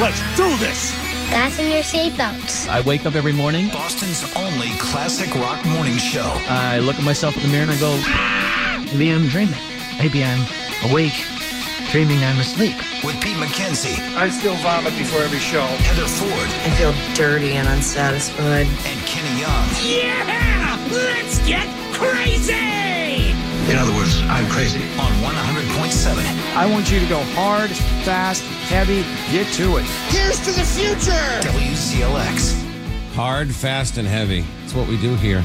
Let's do this. Fasten your seatbelts. I wake up every morning. Boston's only classic rock morning show. I look at myself in the mirror and I go, Maybe I'm dreaming. Maybe I'm awake, dreaming I'm asleep. with Pete McKenzie, I still vomit before every show. Heather Ford, I feel dirty and unsatisfied. and Kenny Young. Yeah! Let's get crazy! In other words, I'm crazy. On 100.7 I want you to go hard, fast, heavy, get to it. WCLX. Hard, fast, and heavy. That's what we do here.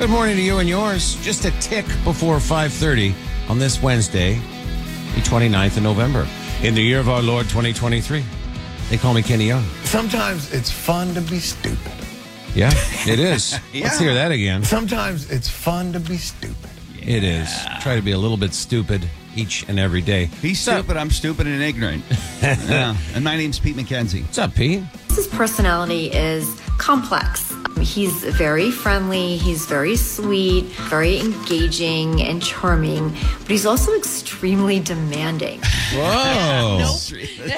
Good morning to you and yours. Just a tick before 5.30 on this Wednesday, the 29th of November, in the year of our Lord 2023. They call me Kenny Young. Sometimes it's fun to be stupid. Yeah, it is. Let's hear that again. Sometimes it's fun to be stupid. It is. Try to be a little bit stupid each and every day. He's stupid. I'm stupid and ignorant. yeah. And my name's Pete McKenzie. What's up, Pete? His personality is complex. He's very friendly, he's very sweet, very engaging and charming, but he's also extremely demanding. Whoa.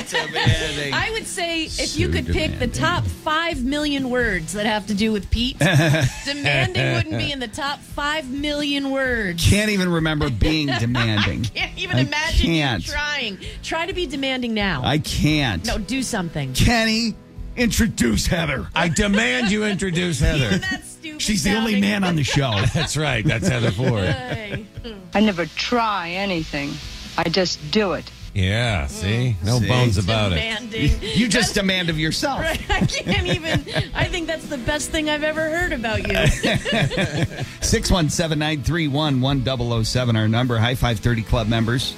I would say if you could pick the top five million words that have to do with Pete, demanding wouldn't be in the top five million words. Can't even remember being demanding. Can't even I imagine can't. you trying. Try to be demanding now. I can't. no, do something. Kenny, introduce Heather. I demand you introduce Heather. Oh, That's stupid. She's the only sounding. man on the show. That's right. That's Heather Ford. Hey. I never try anything, I just do it. Mm. Yeah, see? No See? bones about it. demanding. You just That's- demand of yourself. Right, I can't even. I think that's the best thing I've ever heard about you. 617 931 1007, our number. High 530 Club members.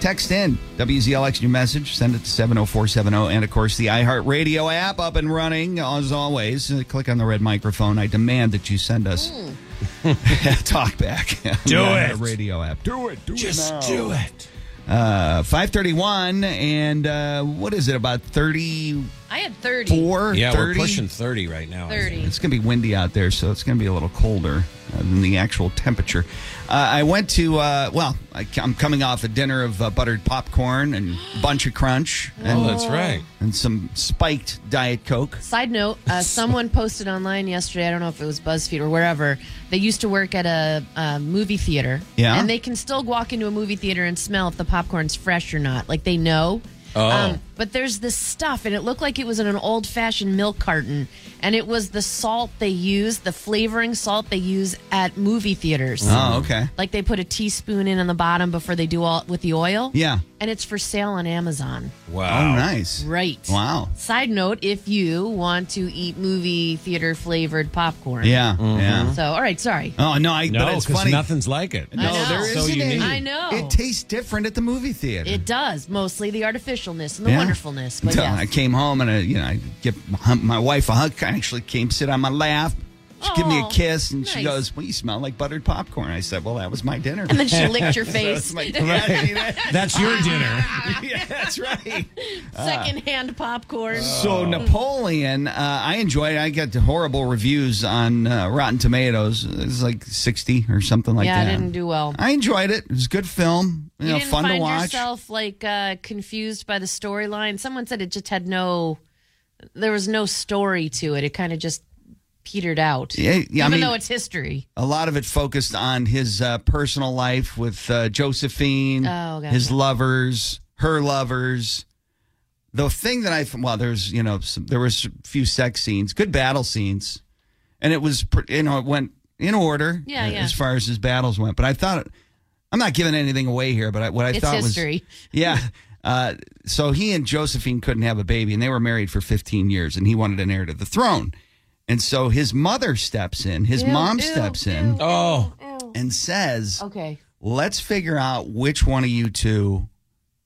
Text in WZLX your message. Send it to 70470. And of course, the iHeartRadio app up and running as always. Uh, Click on the red microphone. I demand that you send us Hmm. talk back. Do Yeah, it. Radio app. Do it. Do Just do it. Uh, 531. And uh, what is it? About 34? I had thirty. Yeah, 30? we're pushing 30 right now. I think. Thirty. It's going to be windy out there, so it's going to be a little colder uh, than the actual temperature. Uh, I went to, uh, well, I, am coming off a dinner of uh, buttered popcorn and bunch of crunch and, Oh, that's right. and some spiked Diet Coke. Side note: uh, Someone posted online yesterday. I don't know if it was BuzzFeed or wherever. They used to work at a, uh movie theater, Yeah. and they can still walk into a movie theater and smell if the popcorn's fresh or not. Like they know. Um, Oh. but there's this stuff, and it looked like it was in an old-fashioned milk carton, and it was the salt they use, the flavoring salt they use at movie theaters. Oh, okay. Like they put a teaspoon in on the bottom before they do all with the oil. Yeah. And it's for sale on Amazon. Wow. Oh, nice. Right. Wow. Side note if you want to eat movie theater flavored popcorn. Yeah, yeah. So, all right, sorry. Oh, no, I, Mm-hmm. No, but it's because funny. nothing's like it. no, know. there So isn't unique. any. I know. It tastes different at the movie theater. It does, mostly the artificialness and the Yeah. wonderfulness. But So yeah. I came home and I, you know, I give my- my wife a hug. I actually came sit on my lap. She give me a Aw, kiss and she nice. goes, "Well, you smell like buttered popcorn." I said, "Well, that was my dinner." and then she licked your That's face. my- yeah, see that? That's your dinner. Yeah, that's right. Secondhand popcorn. So Napoleon, uh, I enjoyed. it. I got horrible reviews on uh, Rotten Tomatoes. It's like sixty or something like yeah, I that. didn't do well. I enjoyed it. It was a good film. You, you know, didn't fun find to watch. yourself like uh, confused by the storyline. Someone said it just had no, there was no story to it. It kind of just petered out. Yeah, yeah, I Even mean- though it's history. a lot of it focused on his uh, personal life with uh, Josephine, Oh, gotcha. his lovers, her lovers. The thing that I well, there's you know some, there was a few sex scenes, good battle scenes, and it was pr- you know it went in order Yeah, uh, yeah. as far as his battles went. But I thought I'm not giving anything away here, but I, what I It's thought history. was yeah. Uh, so he and Josephine couldn't have a baby, and they were married for 15 years, and he wanted an heir to the throne. And so his mother steps in, his Ew, mom ew, steps ew. Oh. in, Oh, and says, Okay. let's figure out which one of you two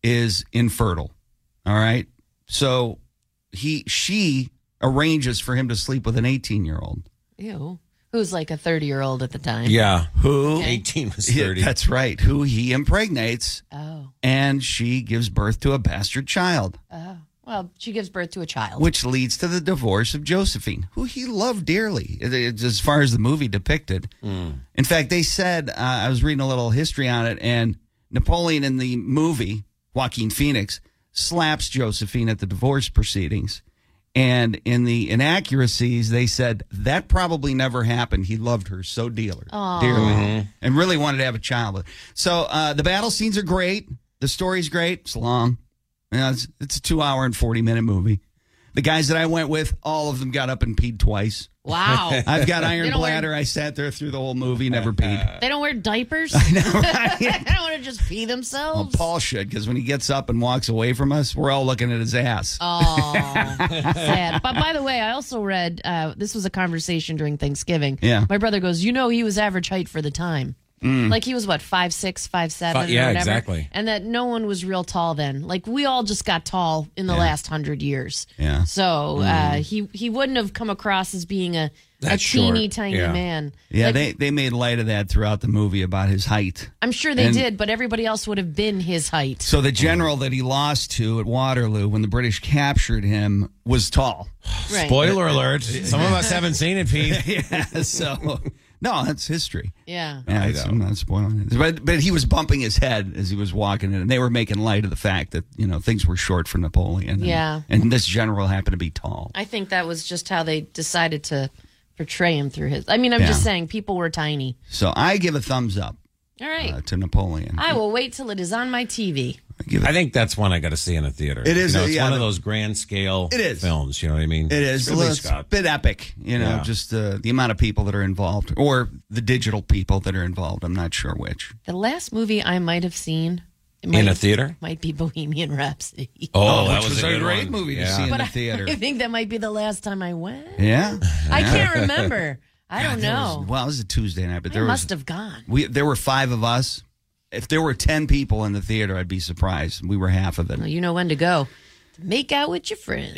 is infertile. All right. So he she arranges for him to sleep with an 18 year old. Ew. Who's like a 30 year old at the time. yeah. Who 18 was 30. that's right, who he impregnates Oh. and she gives birth to a bastard child, Oh. Well, she gives birth to a child. which leads to the divorce of Josephine, who he loved dearly, it- it's as far as the movie depicted. In fact, they said uh, I was reading a little history on it, and Napoleon in the movie Joaquin Phoenix slaps Josephine at the divorce proceedings. And in the inaccuracies, they said that probably never happened. He loved her so dearly, Aw. dearly, Mhm. and really wanted to have a child. with her. So uh, the battle scenes are great. The story's great. It's long. You know, it's, it's a two hour and forty minute movie. The guys that I went with, all of them got up and peed twice. Wow. I've got They iron don't wear- bladder. I sat there through the whole movie, never peed. They don't wear diapers. they don't want to just pee Well, themselves. Oh, Paul should because when he gets up and walks away from us, we're all looking at his ass. Oh, sad. But by the way, I also read uh, this was a conversation during Thanksgiving. Yeah. My brother goes, You know, he was average height for the time. Mm. Like he was what, five six, five seven, Fi- yeah, or whatever. exactly. And that no one was real tall then. Like we all just got tall in the Yeah. last hundred years. Yeah. So uh, Mm. he he wouldn't have come across as being a, a That's teeny short. tiny Yeah. man. Yeah, Like, they, they made light of that throughout the movie about his height. I'm sure they And did, but everybody else would have been his height. So the general that he lost to at Waterloo when the British captured him was tall. Right. Spoiler alert. Some of us haven't seen it, Pete. yeah, so no, that's history. Yeah. Yeah, it's- I'm not spoiling it. But but he was bumping his head as he was walking in, and they were making light of the fact that you know things were short for Napoleon. and- Yeah. and this general happened to be tall. I think that was just how they decided to portray him through his. I mean, I'm just Yeah. saying people were tiny. So I give a thumbs up All right. uh, to Napoleon. I will wait till it is on my TV. I think that's one I got to see in a theater. It is, You know, uh, it's yeah, one of the- those grand scale It is. films. You know what I mean? It is Ridley it's a Scott. bit epic, you know, Yeah. just uh, the amount of people that are involved or the digital people that are involved. I'm not sure which. The last movie I might have seen it In a theater? might be Bohemian Rhapsody. Oh, that which was a good great one. movie to Yeah. see in But the I- theater. I think that might be the last time I went. yeah, I Yeah. can't remember. I God, don't there know. Was, well, it was a Tuesday night, but I there was must have gone. we there were five of us. If there were ten people in the theater, I'd be surprised. We were half of them. Well, you know when to go. To make out with your friends.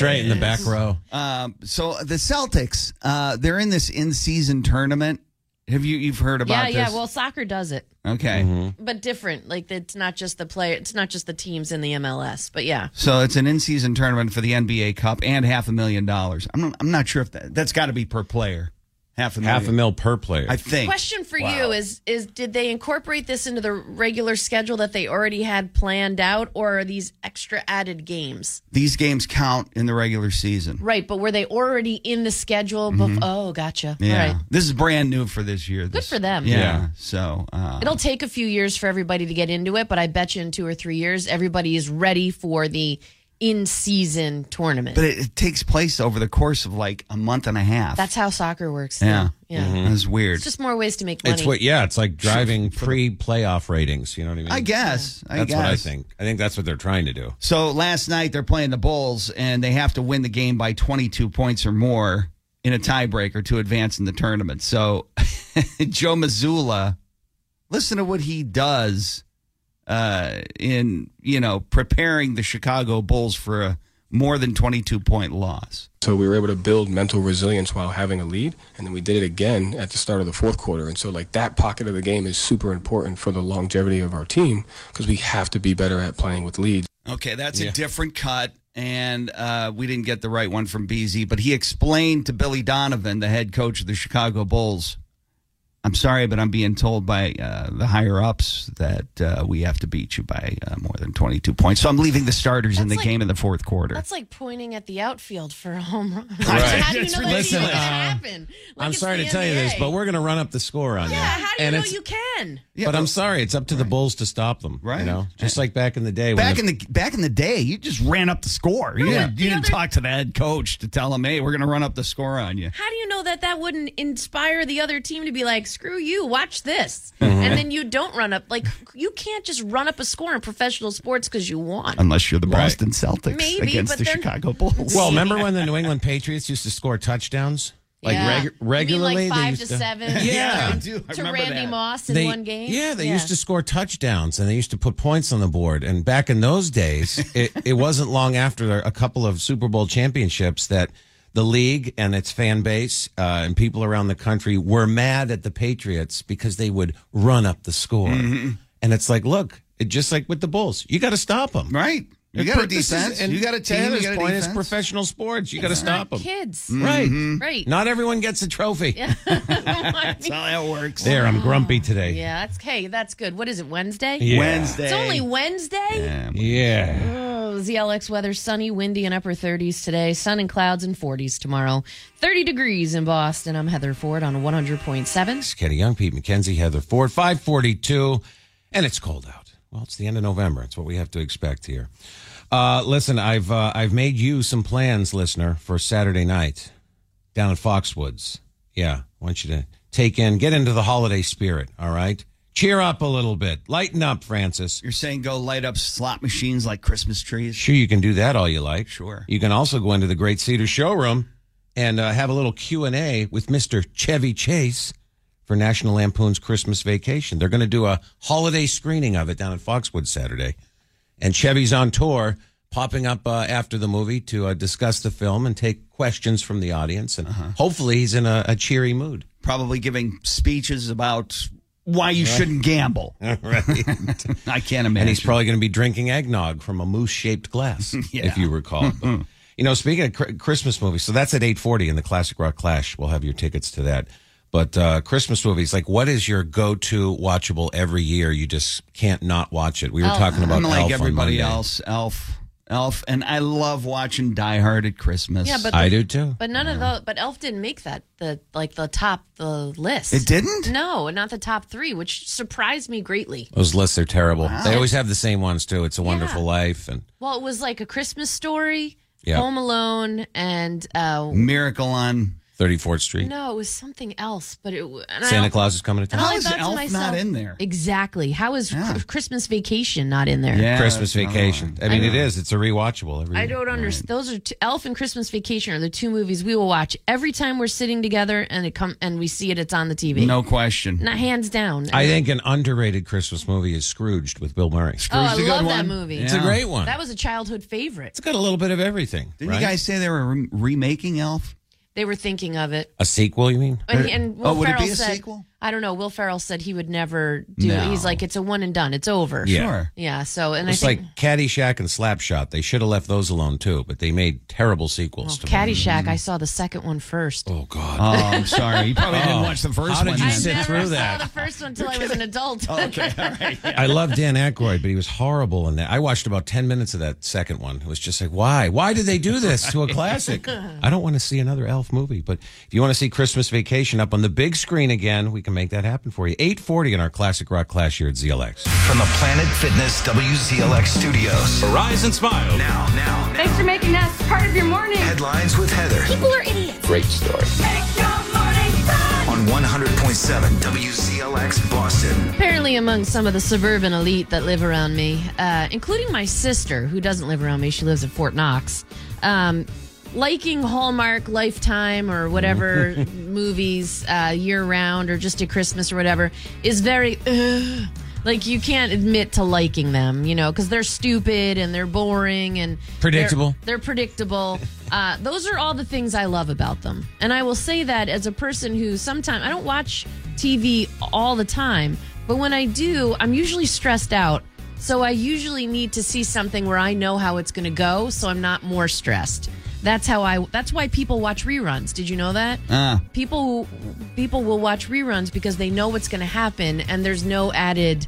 row. Um, so the Celtics, uh, they're in this in-season tournament. Have you you've heard Yeah, about yeah. this? Well, soccer does it, okay. Mm-hmm. but different. Like it's not just the player. It's not just the teams in the MLS. But yeah. So it's an in-season tournament for the NBA Cup and half a million dollars. I'm not, I'm not sure if that that's got to be per player. Half a million. Half a mil per player. I think. Question for you is is did they incorporate this into the regular schedule that they already had planned out or are these extra added games? These games count in the regular season. Right, but were they already in the schedule Mhm. before? Oh, gotcha. Yeah. All right. This is brand new for this year. Good This, for them. Yeah. So uh, It'll take a few years for everybody to get into it, but I bet you in 2 or 3 years everybody is ready for the in-season tournament. but it, it takes place over the course of like a month and a half. That's how soccer works. yeah. Mm-hmm. though. Yeah. That's weird. It's just more ways to make money. It's what, yeah, it's like driving pre playoff ratings. You know what I mean? I guess. I that's what I guess. think. I think that's what they're trying to do. So last night they're playing the Bulls and they have to win the game by 22 points or more in a tiebreaker to advance in the tournament. So Joe Missoula, listen to what he does uh, in you know preparing the Chicago Bulls for a more than 22 point loss. So we were able to build mental resilience while having a lead, and then we did it again at the start of the fourth quarter. And so, like that pocket of the game is super important for the longevity of our team because we have to be better at playing with leads. Okay, that's a different cut, and uh, we didn't get the right one from BZ. But he explained to Billy Donovan, the head coach of the Chicago Bulls, "I'm sorry, but I'm being told by uh, the higher ups that uh, we have to beat you by uh, more than 22 points. So I'm leaving the starters in the game in the fourth quarter." That's like pointing at the outfield for a home run. Right. How do you know that's Listen, even going to uh, happen? Like, I'm it's sorry the to tell you this, NBA. but we're going to run up the score on you. yeah, how do you and know it's- you can? but I'm sorry, it's up to the Bulls to stop them. uh, Right. You know, just like back in the day. when Back in the back in the day, you just ran up the score. You, Right. didn't, you didn't talk to the head coach to tell him, "Hey, we're going to run up the score on you." How do you know that that wouldn't inspire the other team to be like, "Screw you, watch this," and then you don't run up. Like you can't just run up a score in professional sports because you want. Unless you're the Boston Celtics Maybe, against but the then- Chicago Bulls. Well, remember when the New England Patriots used to score touchdowns like Yeah. regu- You mean like regularly? They five used to seven? Yeah, Yeah, I do. I To remember Randy that. Moss in one game? Yeah, they Yeah. used to score touchdowns and they used to put points on the board. And back in those days, it, it wasn't long after a couple of Super Bowl championships that the league and its fan base uh, and people around the country were mad at the Patriots because they would Mm-hmm. run up the score. And it's like, look, it, just like with the Bulls, you got to stop them, right? You got a defense. and You got a to team. You Heather's got a point, defense. it's Mm-hmm. professional sports. You got to It's stop not them. kids. Right. Right. Not everyone gets a trophy. Yeah. That's how that works. There, I'm grumpy today. Yeah, that's hey, that's good. What is it? Wednesday? Yeah. Wednesday. It's only Wednesday. Yeah. Oh, ZLX weather sunny, windy, and upper 30s today. Sun and clouds and 40s tomorrow. 30 degrees in Boston. I'm Heather Ford on 100.7. Kenny Young, Pete McKenzie, Heather Ford, 542. And it's cold out. Well, it's the end of November. It's what we have to expect here. Uh, listen, I've uh, I've made you some plans, listener, for Saturday night down at Foxwoods. Yeah, I want you to take in, get into the holiday spirit, all right? Cheer up a little bit. Lighten up, Francis. You're saying go light up slot machines like Christmas trees? Sure, you can do that all you like. Sure. You can also go into the Great Cedar Showroom and uh, have a little Q and A with Mr. Chevy Chase for National Lampoon's Christmas Vacation. They're going to do a holiday screening of it down at Foxwood Saturday, and Chevy's on tour, popping up uh, after the movie to uh, discuss the film and take questions from the audience, and hopefully he's in a, a cheery mood. Probably giving speeches about why you shouldn't gamble. Right. I can't imagine. And he's probably going to be drinking eggnog from a moose-shaped glass, Yeah. if you recall. But, you know, speaking of cr- Christmas movies, so that's at 8.40 in the Classic Rock Clash. We'll have your tickets to that. But uh, Christmas movies, like what is your go-to watchable every year? You just can't not watch it. We were Elf. talking about Unlike Elf on everybody Monday. else, Elf, Elf, and I love watching Die Hard at Christmas. Yeah, but I do too. but none of those but Elf didn't make that the like the top the list. it didn't. No, not the top 3, which surprised me greatly. Those lists are terrible. They always have the same ones too. It's a Wonderful Life and Well, it was like a Christmas story, Yeah. Home Alone and uh Miracle on 34th Street. no, it was something else, but it w- and I Santa al- Claus is coming to town. and all I How is thought to Elf not myself- in there? Exactly. How is Yeah. Cr- Christmas Vacation not in there? Yeah, Christmas that's another Vacation. one. I mean, it is. It's a rewatchable every I year. don't understand. Those are two, Elf and Christmas Vacation are the two movies we will watch every time we're sitting together, and it come and we see it. It's on the TV. No question. not hands down. I think an underrated Christmas movie is Scrooged with Bill Murray. oh, I Scrooge's a good love that one. movie. Yeah. It's a great one. That was a childhood favorite. It's got a little bit of everything. Didn't right? you guys say they were re- remaking Elf? They were thinking of it. a sequel? You mean? And, and Will Oh, would it be Ferrell a said, sequel? I don't know. Will Ferrell said he would never do. No. it. He's like, it's a one and done. It's over. Yeah. Sure. Yeah. So, and It's I think like Caddyshack and Slapshot. They should have left those alone too, but they made terrible sequels. to them. Mm. Caddyshack. I saw the second one first. Oh God! Oh, I'm sorry. You probably didn't Oh. watch the first How did one. you then. I sit never through saw that. the first one until I was an adult. okay, all right. I love Dan Aykroyd, but he was horrible in that. I watched about ten minutes of that second one. It was just like, why? Why did they do this to a classic? I don't want to see another Elf movie. But if you want to see Christmas Vacation up on the big screen again, we can make that happen for you. Eight forty in our classic rock clash here at ZLX. From the Planet Fitness WZLX studios. Rise and smile. Now, now, Thanks for making us part of your morning. headlines with Heather People are idiots. Great story. Make your morning fun. on 100.7 WZLX Boston. Apparently, among some of the suburban elite that live around me, uh, including my sister, who doesn't live around me, she lives at Fort Knox, um, liking Hallmark, Lifetime, or whatever movies uh, year round or just at Christmas or whatever, is very. "Ugh." like you can't admit to liking them, you know, because they're stupid and they're boring and Predictable. They're, they're predictable. Uh, those are all the things I love about them, and I will say that as a person who sometimes I don't watch TV all the time, but when I do, I'm usually stressed out. So I usually need to see something where I know how it's going to go, so I'm not more stressed. That's how I. That's why people watch reruns. Did you know that? Ah. People, people will watch reruns because they know what's going to happen, and there's no added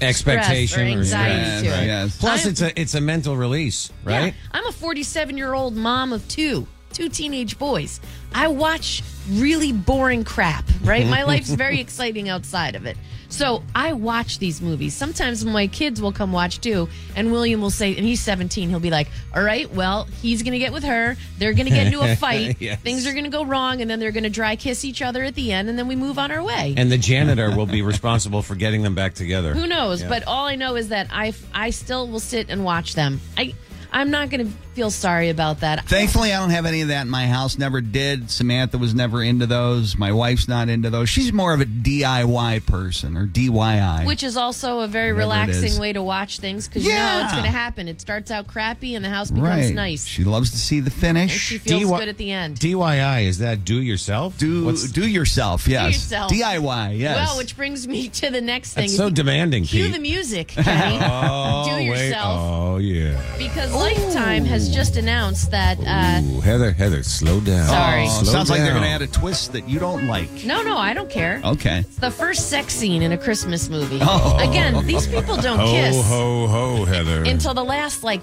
Expectation or anxiety stress, to right? it. Yes. Plus, I'm- it's a it's a mental release, right? Yeah, I'm a 47 year old mom of two, two teenage boys. I watch really boring crap, right? My life's very exciting outside of it. So I watch these movies. Sometimes my kids will come watch too, and William will say, and he's 17, he'll be like, all right, well, he's going to get with her. They're going to get into a fight. Yes. Things are going to go wrong, and then they're going to dry kiss each other at the end, and then we move on our way. And the janitor will be responsible for getting them back together. Who knows? But all I know is that I I still will sit and watch them. I I'm not going to feel sorry about that. Thankfully, I don't have any of that in my house. Never did. Samantha was never into those. My wife's not into those. She's more of a DIY person or DIY. Which is also a very Whatever it is. relaxing way to watch things because you know it's going to happen. It starts out crappy and the house becomes right. nice. She loves to see the And finish. she feels good at the end. DIY is that do yourself? Do do yourself. Yes. yourself. DIY. Yes. Well, which brings me to the next thing. That's so demanding, Cue Pete. the music, Kenny. oh, Do yourself. Wait. Oh yeah. Because Lifetime has just announced that. Uh, Ooh, Heather, Heather, slow down. Sorry. Oh, Slow sounds like they're down. going to add a twist that you don't like. no, no, I don't care. Oh. Okay. It's the first sex scene in a Christmas movie. Oh. Again, these people don't ho, kiss Oh, ho, ho, Heather. until the last like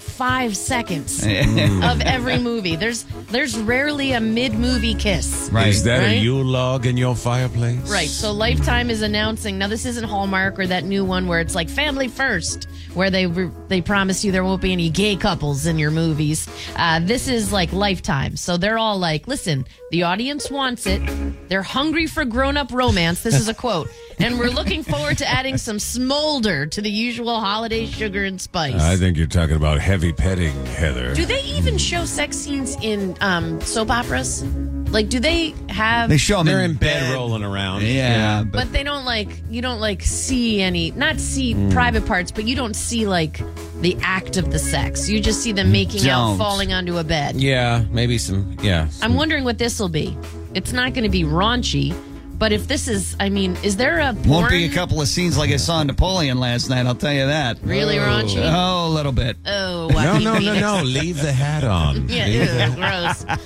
five seconds Mm. of every movie. There's there's rarely a mid movie kiss. Is that a Right? Yule log in your fireplace? Right. So Lifetime is announcing now. This isn't Hallmark or that new one where it's like Family First, where they re- they promise you there won't be any gay couples in your movies. Uh, this is like Lifetime. So they're all like, listen, the audience wants it. They're hungry for grown up romance. This is a quote. And we're looking forward to adding some smolder to the usual holiday sugar and spice. I think you're talking about heavy petting, Heather. Do they even show sex scenes in um, soap operas? Like, do they have? They show them They're in, in bed, rolling around. Yeah, but, they don't like you don't like see any not see Mm. private parts but you don't see like the act of the sex you just see them making out Don't. falling onto a bed yeah, maybe some. Yeah. i'm wondering what this will be it's not going to be raunchy but if this is i mean is there a porn Won't be a couple of scenes like I saw in Napoleon last night. I'll tell you that. Really oh. raunchy? Oh, a little bit. oh No, wacky no, no, penis. no. Leave the hat on. Yeah, Leave the- ew,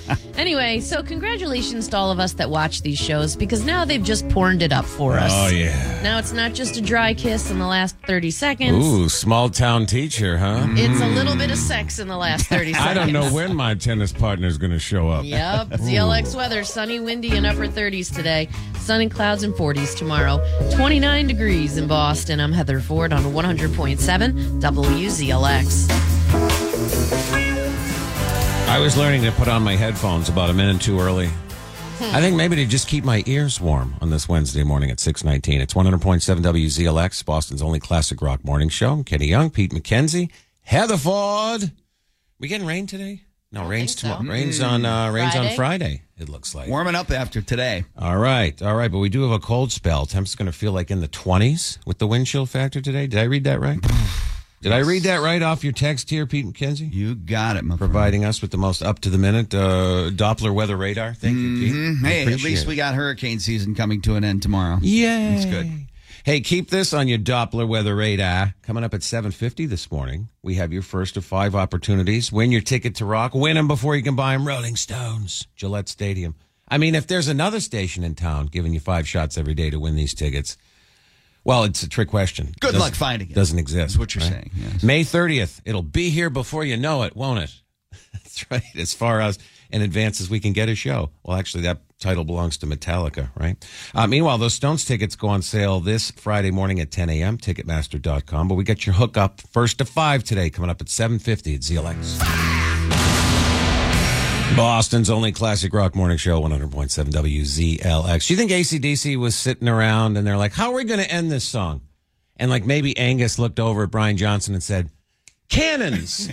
gross. Anyway, so congratulations to all of us that watch these shows because now they've just porned it up for us. Oh, yeah. Now it's not just a dry kiss in the last 30 seconds. Ooh, small town teacher, huh? It's a Mm. little bit of sex in the last 30 seconds. I don't know when my tennis partner's going to show up. Yep. ZLX weather sunny, windy, and upper 30s today. Sun and clouds and 40s tomorrow. 29 degrees in Boston. I'm Heather Ford on 100.7 WZLX. I was learning to put on my headphones about a minute too early. Hmm. I think maybe to just keep my ears warm on this Wednesday morning at 619. It's 100.7 WZLX, Boston's only classic rock morning show. I'm Kenny Young, Pete McKenzie, Heather Ford. We getting rain today? No, rain's tomorrow. Rain's on uh, rain's on Friday. It looks like warming up after today. All right, all right, but we do have a cold spell. Temps going to feel like in the 20s with the wind chill factor today. Did I read that right? Did I read that right off your text here, Pete McKenzie? You got it, my Providing us with the most up to the minute uh, Doppler weather radar. Thank you, Pete. I Mm-hmm. Hey, at appreciate least it. we got hurricane season coming to an end tomorrow. Yay. It's good. Hey, keep this on your Doppler weather radar. Coming up at 7.50 this morning, we have your first of five opportunities. Win your ticket to rock. Win them before you can buy them. Rolling Stones, Gillette Stadium. I mean, if there's another station in town giving you five shots every day to win these tickets, well, it's a trick question. Good Doesn't- luck finding it. Doesn't That's exist. what you're saying. right? Yes. May 30th. It'll be here before you know it, won't it? That's right. As far as in advance as we can get a show. Well, actually, that title belongs to Metallica, right? Uh, meanwhile, those Stones tickets go on sale this Friday morning at 10 a.m. Ticketmaster.com. But we got your hookup first to five today, coming up at 7:50 at ZLX. Boston's only classic rock morning show, 100.7 WZLX. Do you think ACDC was sitting around and they're like, how are we going to end this song? And like maybe Angus looked over at Brian Johnson and said, cannons.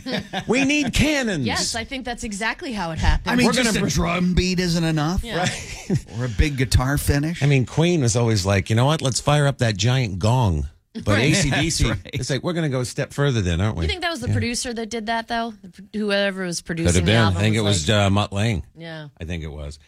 we need cannons. Yes, I think that's exactly how it happened. I mean, We're just gonna a br- drum beat isn't enough, Yeah. right? or a big guitar finish. I mean, Queen was always like, you know what? Let's fire up that giant gong. But Right. ACDC, That's right. it's like, we're going to go a step further then, aren't we? you think that was the Yeah. producer that did that, though? Whoever was producing Could have the been. I album. think it was like- uh, Mutt Lang. Yeah. I think it was.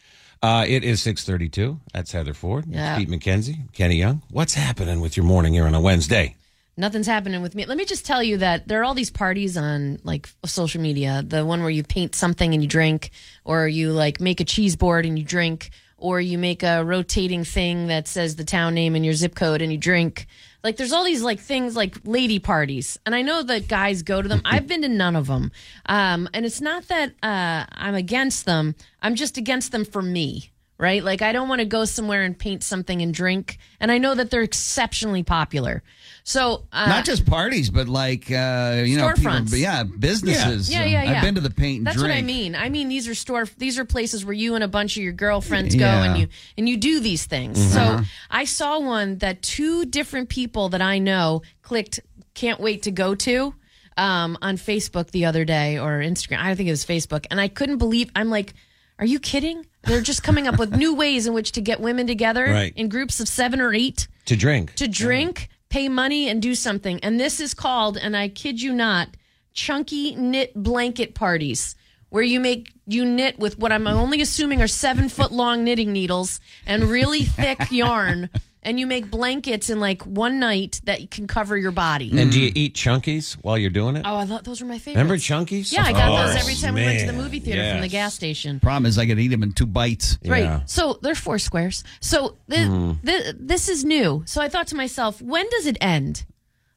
Uh, it is 632. That's Heather Ford. That's Yeah. Pete McKenzie. Kenny Young. What's happening with your morning here on a Wednesday? Nothing's happening with me. Let me just tell you that there are all these parties on like social media. The one where you paint something and you drink, or you like make a cheese board and you drink, or you make a rotating thing that says the town name and your zip code and you drink. Like there's all these like things like lady parties, and I know that guys go to them. I've been to none of them, um, and it's not that uh, I'm against them. I'm just against them for me right? Like I don't want to go somewhere and paint something and drink. And I know that they're exceptionally popular. So uh, Not just parties, but like uh, you know, Storefronts. but yeah, businesses. Yeah, yeah, yeah. I've been to the paint and That's drink. what I mean. I mean these are store these are places where you and a bunch of your girlfriends go Yeah. Mm-hmm. and you and you do these things. So I saw one that two different people that I know clicked can't wait to go to. um, on Facebook the other day or Instagram. I think it was Facebook, and I couldn't believe. I'm like, are you kidding? They're just coming up with new ways in which to get women together Right. in groups of seven or eight to drink. to drink, pay money, and do something. And this is called, and I kid you not, chunky knit blanket parties. Where you make you knit with what I'm only assuming are seven foot long knitting needles and really thick yarn, and you make blankets in like one night that can cover your body. And do you eat chunkies while you're doing it? Mm. Oh, I thought those were my favorite. Remember Chunkies? Yeah, I got Of those course, every time we went to the man, movie theater from the yes. gas station. Problem is, I could eat them in two bites. Right. So they're four squares. So th- Mm. th- this is new. So I thought to myself, when does it end?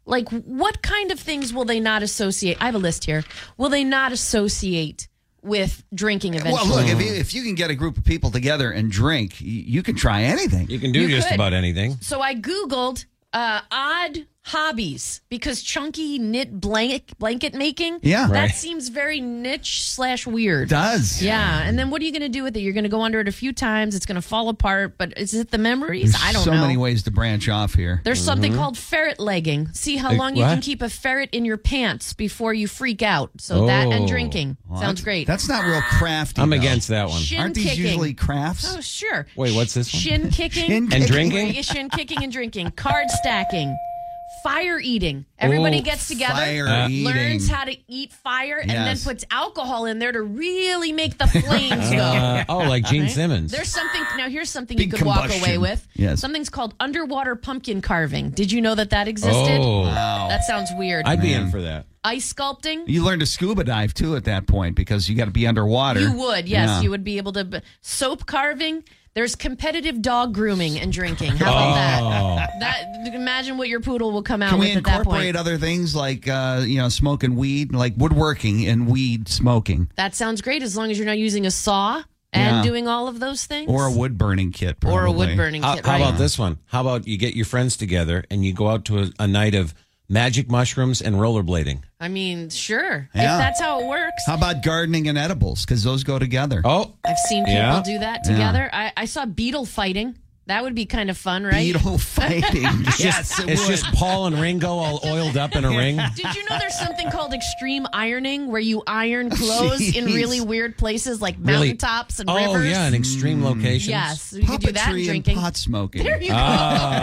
Like, what kind of things will they not associate? I have a list here. Will they not associate with drinking eventually? Well, look, if you, if you can get a group of people together and drink, y- you can try anything. You can do You just could. about anything. So I Googled uh, odd hobbies because chunky knit blanket blanket making. Yeah. that Right. seems very niche slash weird. does. Yeah, and then what are you going to do with it? You're going to go under it a few times. It's going to fall apart. But is it the memories? I don't so know. many ways to branch off here. There's something Mm-hmm. called ferret legging. See how Like long you can what? keep a ferret in your pants before you freak out. So that and Oh. drinking Well, sounds that's- great. That's not real crafty. I'm though. against that one. Shin Aren't these kicking. usually crafts? Oh sure. Wait, what's this one? Shin kicking Shin And kicking. drinking? Yeah, Shin kicking and drinking. Card stacking. Fire eating. Everybody Oh, gets together, fire learns eating. how to eat fire, and then Yes. puts alcohol in there to really make the flames go. Uh, oh, like Gene Right? Simmons. There's something now. Here's something Big you could walk away combustion. with. Yes. Something's called underwater pumpkin carving. Did you know that that existed? Oh. Wow. That sounds weird. I'd be in for that. Ice sculpting. You learn to scuba dive too at that point because you got to be underwater. You would, yes, Yeah. you would be able to. b- Soap carving. There's competitive dog grooming and drinking. How about Oh. that? That imagine what your poodle will come out Can with we at that incorporate point. other things like uh, you know smoking weed, like woodworking and weed smoking, that sounds great as long as you're not using a saw and Yeah. doing all of those things. or a wood burning kit, Or a Probably. wood burning How, kit, how right. about this one? How about you get your friends together and you go out to a, a night of magic mushrooms and rollerblading? I mean, sure, Yeah. if that's how it works. How about gardening and edibles? Because those go together. Oh, I've seen people Yeah. do that Yeah. together. I, I saw beetle fighting. That would be kind of fun, right? Beetle fighting. It's just, it's just Paul and Ringo all oiled up in a ring. Did you know there's something called extreme ironing where you iron Oh, clothes in Jeez. really weird places like Really? mountaintops and oh, rivers? Mm. yeah, in extreme locations. Yes, so you could do that and Puppetry and drinking. pot smoking. There you go. Ah,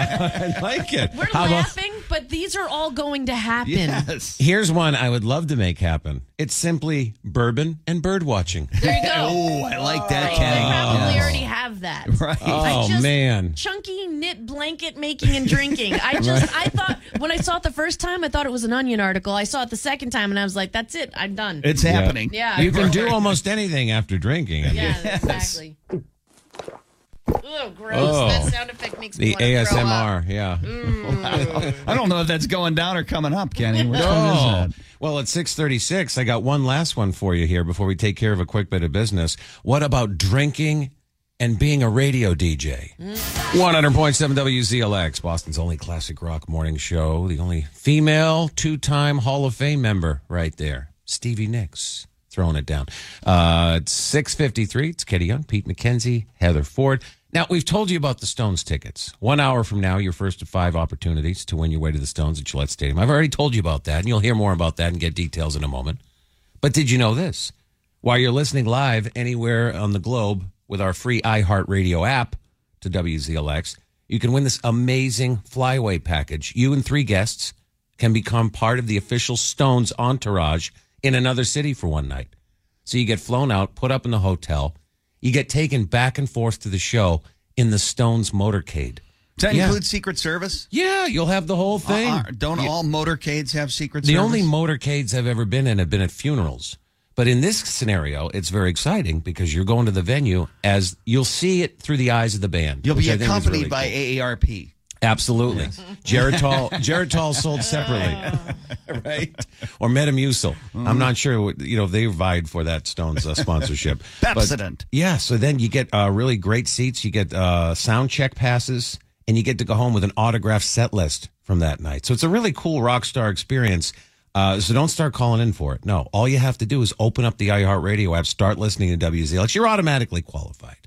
I like it. We're How about- laughing, but these are all going to happen. Here's one I would love to make happen. It's simply bourbon and bird watching. There you go. oh, I like that, They Kenny. probably Yes. already have that. Right. I Oh, just- man. Chunky knit blanket making and drinking. I just, I thought, when I saw it the first time, I thought it was an onion article. I saw it the second time and I was like, that's it. I'm done. Yeah. Yeah. You can do almost anything after drinking. I mean. Yeah, exactly. Oh, gross. Oh. That sound effect makes me The want to throw up. Mm. ASMR, yeah. I don't know if that's going down or coming up, Kenny. Which one is No. that? Oh. Well, at 636, I got one last one for you here before we take care of a quick bit of business. What about drinking and being a radio DJ? 100.7 WZLX, Boston's only classic rock morning show. The only female two-time Hall of Fame member right there, Stevie Nicks. Throwing it down. Uh, it's 653. It's Katie Young, Pete McKenzie, Heather Ford. Now, we've told you about the Stones tickets. One hour from now, your first of five opportunities to win your way to the Stones at Gillette Stadium. I've already told you about that, and you'll hear more about that and get details in a moment. But did you know this? While you're listening live anywhere on the globe with our free iHeartRadio app to WZLX, you can win this amazing flyaway package. You and three guests can become part of the official Stones entourage in another city for one night. So you get flown out, put up in the hotel, you get taken back and forth to the show in the Stones motorcade. Does that Yeah. include Secret Service? Yeah, you'll have the whole thing. Uh, uh, don't all motorcades have Secret The Service? only motorcades I've ever been in have been at funerals. But in this scenario, it's very exciting because you're going to the venue as you'll see it through the eyes of the band. You'll which be I think is accompanied really by cool. AARP. Absolutely. Geritol, Geritol sold separately. right? Or Metamucil. Mm-hmm. I'm not sure, what- you know, they vied for that Stones uh, sponsorship. But- Pepsodent. yeah, so then you get uh, really great seats. You get uh, sound check passes, and you get to go home with an autographed set list from that night. So it's a really cool rock star experience. Uh, so don't start calling in for it. No, all you have to do is open up the iHeartRadio app, start listening to WZLX. You're automatically qualified.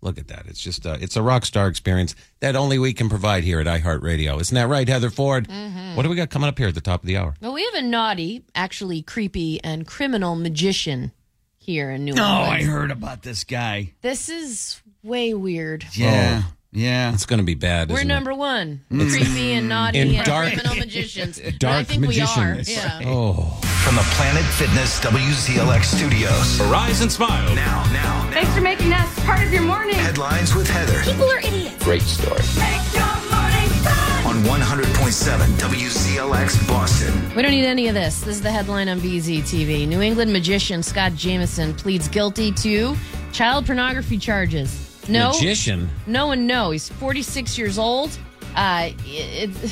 Look at that. It's just a, it's a rock star experience that only we can provide here at iHeartRadio. Isn't that right, Heather Ford? Mhm. What do we got coming up here at the top of the hour? Well, we have a naughty, actually creepy, and criminal magician here in New Orleans. Oh, I heard about this guy. This is way weird. Yeah. yeah. It's going to be bad. We're isn't it? number one. It's- creepy and naughty In and dark- criminal magicians. And I Dark think magicians. we are. Yeah. Oh. From the Planet Fitness WZLX studios. Arise and smile. Now, now. Thanks for making us part of your morning. Headlines with Heather. People are idiots. Great story. Make your morning fun. On 100.7 WZLX Boston. We don't need any of this. This is the headline on BZTV. New England magician Scott Jameson pleads guilty to child pornography charges. No. Magician. No and no. He's 46 years old. Uh, it, it-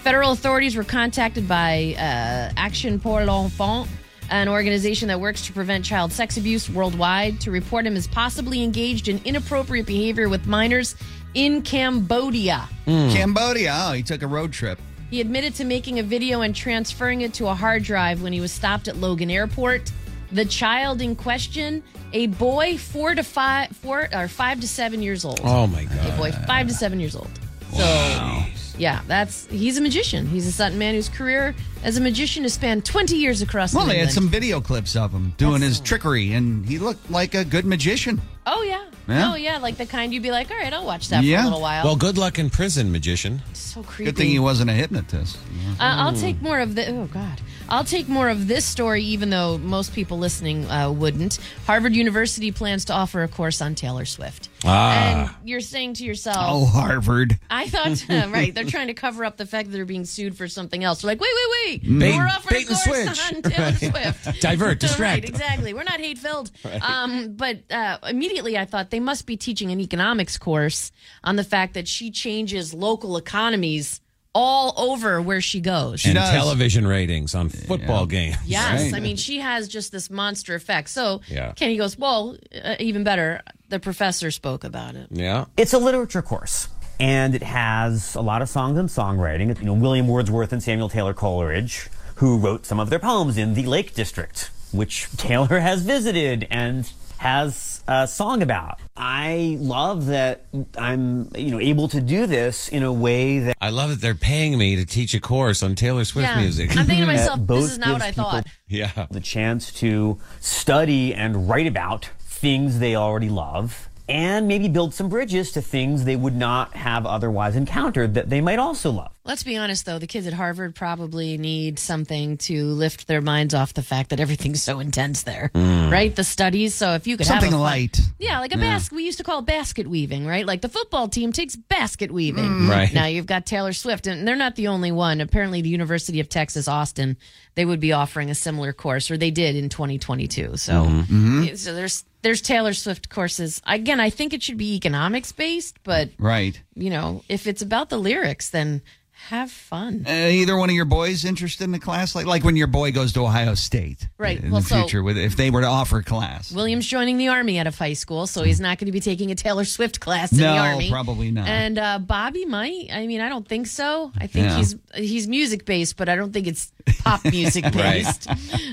federal authorities were contacted by uh, Action pour l'Enfant, an organization that works to prevent child sex abuse worldwide, to report him as possibly engaged in inappropriate behavior with minors in Cambodia. Cambodia. Oh, he took a road trip. He admitted to making a video and transferring it to a hard drive when he was stopped at Logan Airport. The child in question, a boy four to five, four or five to seven years old. Oh, my A boy five to seven years old. Wow. Yeah, that's he's a magician. He's a Sutton man whose career as a magician has spanned twenty years across. Well, New they had England. some video clips of him doing his trickery, and he looked like a good magician. Oh yeah. Yeah. Oh yeah, like the kind you'd be like, all right, I'll watch that for a little while. Well, good luck in prison, magician. so creepy. Good thing he wasn't a hypnotist. Uh, I'll Hmm. take more of the. Oh God, I'll take more of this story, even though most people listening uh, wouldn't. Harvard University plans to offer a course on Taylor Swift. Ah. And you're saying to yourself, Oh, Harvard. I thought uh, right. They're trying to cover up the fact that they're being sued for something else. They're like, wait, wait, wait. Mm. Bait- We're offering bait a and course switch. on Taylor Right. Swift. Divert, distract. Right, exactly. We're not hate filled. Right. Um, but uh, immediately I thought they must be teaching an economics course on the fact that she changes local economies all over where she goes. and television ratings on football games. Yes, I mean she has just this monster effect. So Yeah. Kenny goes, well, uh, even better. The professor spoke about it. Yeah. It's a literature course. And it has a lot of songs and songwriting. You know, William Wordsworth and Samuel Taylor Coleridge, who wrote some of their poems in the Lake District, which Taylor has visited and has a song about. I love that I'm, you know, able to do this in a way that I love that they're paying me to teach a course on Taylor Swift Yeah. music. I'm thinking to myself, That this both is not what gives I people thought. Yeah. The chance to study and write about things they already love and maybe build some bridges to things they would not have otherwise encountered that they might also love. Let's be honest, though. The kids at Harvard probably need something to lift their minds off the fact that everything's so intense there, Mm. right? The studies. So if you could have Something a fun- light. yeah, like a Yeah. basket. We used to call it basket weaving, right? Like the football team takes basket weaving. Mm. Right. now you've got Taylor Swift, and they're not the only one. Apparently, the University of Texas Austin they would be offering a similar course, or they did in 2022. So, Mhm. so there's there's Taylor Swift courses. Again, I think it should be economics based, but Right. you know, if it's about the lyrics, then have fun. Uh, either one of your boys interested in the class? Like, like when your boy goes to Ohio State Right. in Well, the so- future, with, if they were to offer a class. William's joining the army out of high school, so he's not going to be taking a Taylor Swift class in No, the army. probably not. And uh, Bobby might. I mean, I don't think so. I think Yeah. he's he's music based, but I don't think it's pop music Right. based.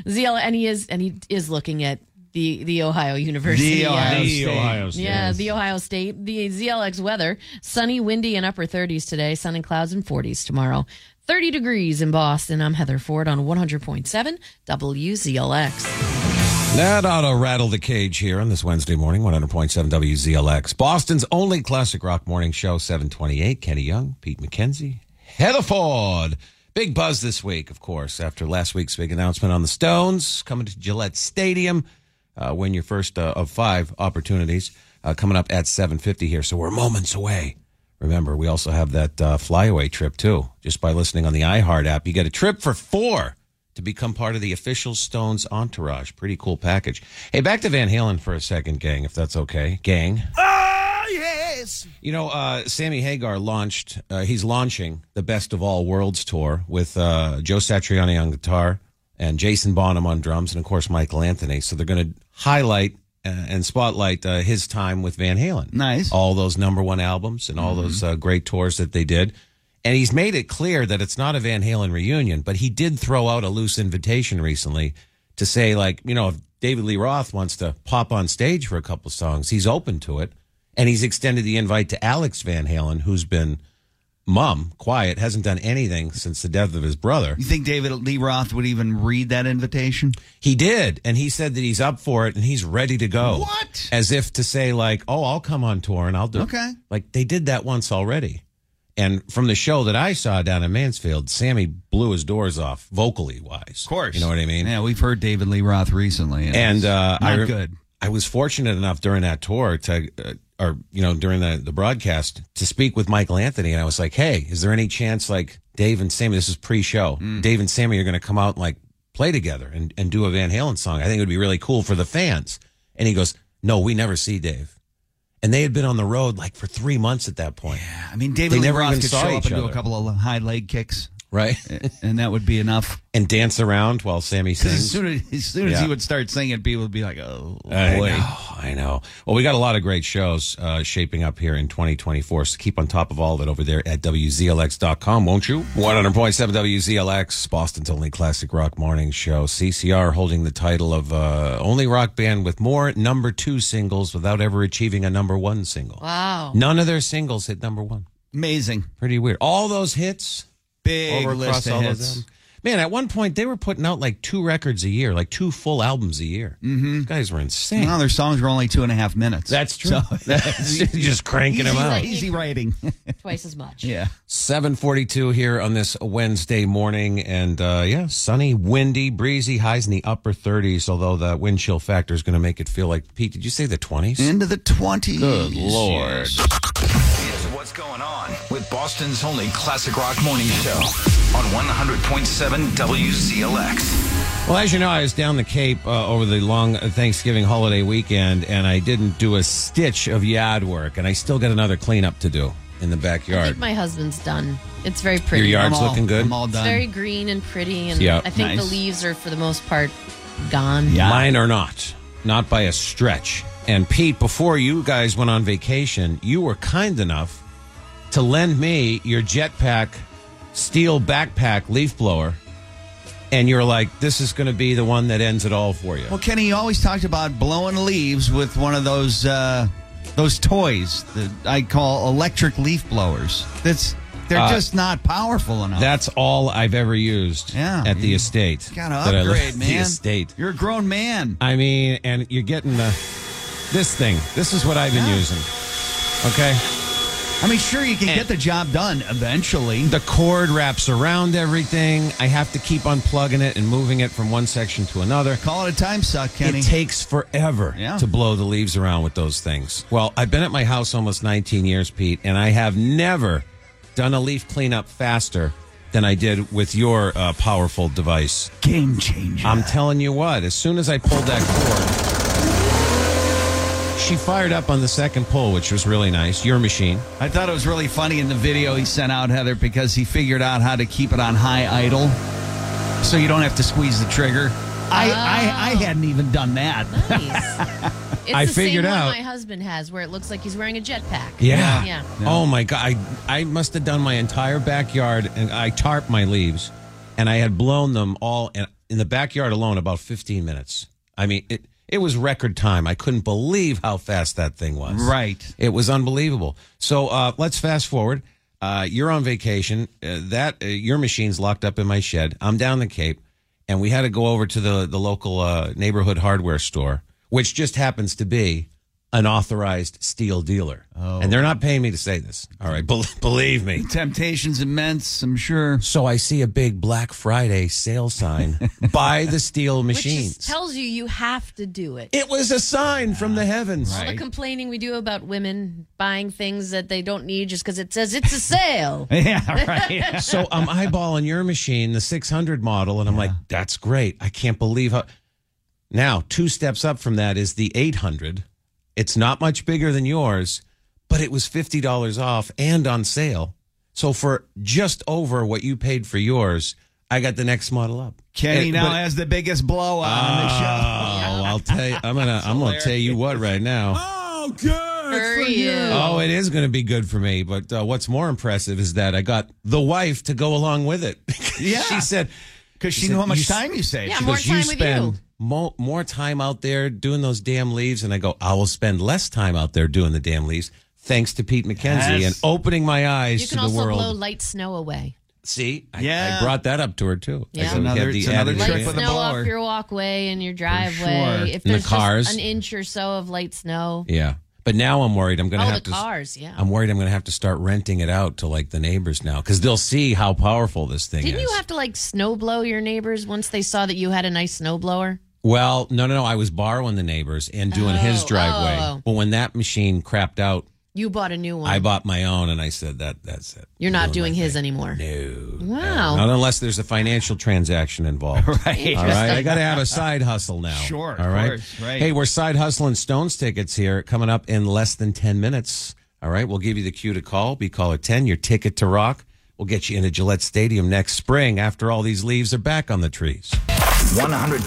ZL, and he is and he is looking at the the Ohio University. The Ohio uh, The State. Ohio State. Yeah, the Ohio State. The ZLX weather: sunny, windy, and upper 30s today. Sun and clouds and 40s tomorrow. 30 degrees in Boston. I'm Heather Ford on 100.7 WZLX. That ought to rattle the cage here on this Wednesday morning, 100.7 WZLX. Boston's only classic rock morning show, 728. Kenny Young, Pete McKenzie, Heather Ford. Big buzz this week, of course, after last week's big announcement on the Stones coming to Gillette Stadium. Uh, win your first uh, of five opportunities uh, coming up at 7.50 here. So we're moments away. Remember, we also have that uh, flyaway trip, too. Just by listening on the iHeart app, you get a trip for four to become part of the official Stones entourage. Pretty cool package. Hey, back to Van Halen for a second, gang, if that's okay. Gang. Ah, yes. You know, uh, Sammy Hagar launched, uh, he's launching the Best of All Worlds tour with uh, Joe Satriani on guitar and Jason Bonham on drums, and of course, Michael Anthony. So they're going to highlight uh, and spotlight uh, his time with Van Halen. Nice. All those number one albums and all those uh, great tours that they did. And he's made it clear that it's not a Van Halen reunion, but he did throw out a loose invitation recently to say, like, you know, if David Lee Roth wants to pop on stage for a couple songs, he's open to it. And he's extended the invite to Alex Van Halen, who's been mum, quiet, hasn't done anything since the death of his brother. You think David Lee Roth would even read that invitation? He did, and he said that he's up for it and he's ready to go. What? As if to say, like, oh, I'll come on tour and I'll do. Okay. Like they did that once already, and from the show that I saw down in Mansfield, Sammy blew his doors off vocally wise. Of course. you know what I mean. Yeah, we've heard David Lee Roth recently, And it's uh, not I re- good. I was fortunate enough during that tour to, uh, or you know, during the the broadcast to speak with Michael Anthony, and I was like, "Hey, is there any chance like Dave and Sammy? This is pre-show. Mm. Dave and Sammy are going to come out and like play together and and do a Van Halen song. I think it would be really cool for the fans." And he goes, "No, we never see Dave." And they had been on the road like for three months at that point. I mean, David they Lee never Roth even could show saw up each and do a other. couple of high leg kicks, right? and that would be enough. And dance around while Sammy Because as sings. soon as, as soon as Yeah. he would start singing, people would be like, "Oh I boy." know, I know. Well, we got a lot of great shows uh, shaping up here in 2024, so keep on top of all of it over there at WZLX.com, won't you? 100.7 WZLX, Boston's only classic rock morning show. CCR holding the title of uh, only rock band with more number two singles without ever achieving a number one single. Wow. None of their singles hit number one. Amazing. Pretty weird. All those hits, Big over across list of all of hits. them. Man, at one point they were putting out like two records a year, like two full albums a year. Mm-hmm. These guys were insane. No, their songs were only two and a half minutes. That's true. That's just cranking easy, them out. Easy writing. Twice as much. yeah. 742 here on this Wednesday morning. And uh, yeah, sunny, windy, breezy, highs in the upper 30s, although the wind chill factor is going to make it feel like, Pete, did you say the 20s? Into the 20s. Good Lord. It's what's going on with Boston's only classic rock morning show on 100.7 WZLX. Well, as you know, I was down the Cape uh, over the long Thanksgiving holiday weekend, and I didn't do a stitch of yard work, and I still got another cleanup to do in the I backyard. think my husband's done. It's very pretty. Your yard's I'm all- looking good? I'm all It's done. very green and pretty, and Yeah. I think the Nice. leaves are for the most part gone. Mine are not, not by a stretch. And Pete, before you guys went on vacation, you were kind enough to lend me your jetpack steel backpack leaf blower. And you're like, this is going to be the one that ends it all for you. Well, Kenny, you always talked about blowing leaves with one of those uh, those toys that I call electric leaf blowers. That's they're Uh, just not powerful enough. That's all I've ever used Yeah. at the estate. Gotta that I upgrade, left The man. estate. You're a grown man. I mean, and you're getting the this thing. This is what I've been using. Okay. I mean, sure, you can get the job done eventually. The cord wraps around everything. I have to keep unplugging it and moving it from one section to another. Call it a time suck, Kenny. It takes forever Yeah. to blow the leaves around with those things. Well, I've been at my house almost 19 years, Pete, and I have never done a leaf cleanup faster than I did with your uh, powerful device. Game changer. I'm telling you what, as soon as I pulled that cord, she fired up on the second pull, which was really nice. Your machine. I thought it was really funny in the video he sent out, Heather, because he figured out how to keep it on high idle so you don't have to squeeze the trigger. I, I, I Oh. hadn't even done that. Nice. It's I the figured same out- One my husband has, where it looks like he's wearing a jetpack. Yeah. Yeah. Oh my god! I, I must have done my entire backyard, and I tarped my leaves, and I had blown them all in, in the backyard alone about 15 minutes. I mean, it it was record time. I couldn't believe how fast that thing was. Right. It was unbelievable. So uh, let's fast forward. Uh, you're on vacation. Uh, that uh, your machine's locked up in my shed. I'm down the Cape, and we had to go over to the the local uh, neighborhood hardware store, which just happens to be an authorized steel dealer. Oh. And they're not paying me to say this. All right, Bel believe me. Temptation's immense, I'm sure. So I see a big Black Friday sale sign. Buy the steel Which just machines. tells you you have to do it. It was a sign from the heavens. All the complaining we do about women buying things that they don't need just because it says it's a sale. Yeah, right. so I'm eyeballing your machine, the 600 model, and I'm like, that's great. I can't believe how. Now, two steps up from that is the 800. It's not much bigger than yours, but it was $50 off and on sale. So for just over what you paid for yours, I got the next model up. Kenny It- now Eh, but- has the biggest blow on the show. Oh, I'll tell you. I'm gonna. I'm gonna tell you what right now. Oh, good For you. Oh, it is gonna be good for me. But uh, what's more impressive is that I got the wife to go along with it. Yeah. she said Because she said, knew how much "You s- time you saved. Yeah, She more because you time with you. spend mo- more time out there doing those damn leaves, and I go, I will spend less time out there doing the damn leaves, thanks to Pete McKenzie Yes. and opening my eyes You can to the also world. blow light snow away. See, I, Yeah. I brought that up to her too. I Yeah. It's said, we another- have the it's another added trick advantage. with Snow off your walkway and your driveway. sure. If And the there's cars. just an inch or so of light snow, Yeah. But now I'm worried I'm going Oh, to have the to. cars, yeah. I'm worried I'm going to have to start renting it out to like the neighbors now because they'll see how powerful this thing didn't is. you have to like snow blow your neighbors once they saw that you had a nice snow blower? well, no, no, no. I was borrowing the neighbors and doing his driveway. oh. But when that machine crapped out, You bought a new one. I bought my own and I said that that's it. You're not doing his anymore. No. Wow. Not unless there's a financial transaction involved. Right. All right. I got to have a side hustle now. Sure, of All right. course, right. Hey, we're side hustling Stones tickets here coming up in less than 10 minutes. All right. We'll give you the cue to call. Be caller 10, your ticket to rock. We'll get you into Gillette Stadium next spring after all these leaves are back on the trees. 100.7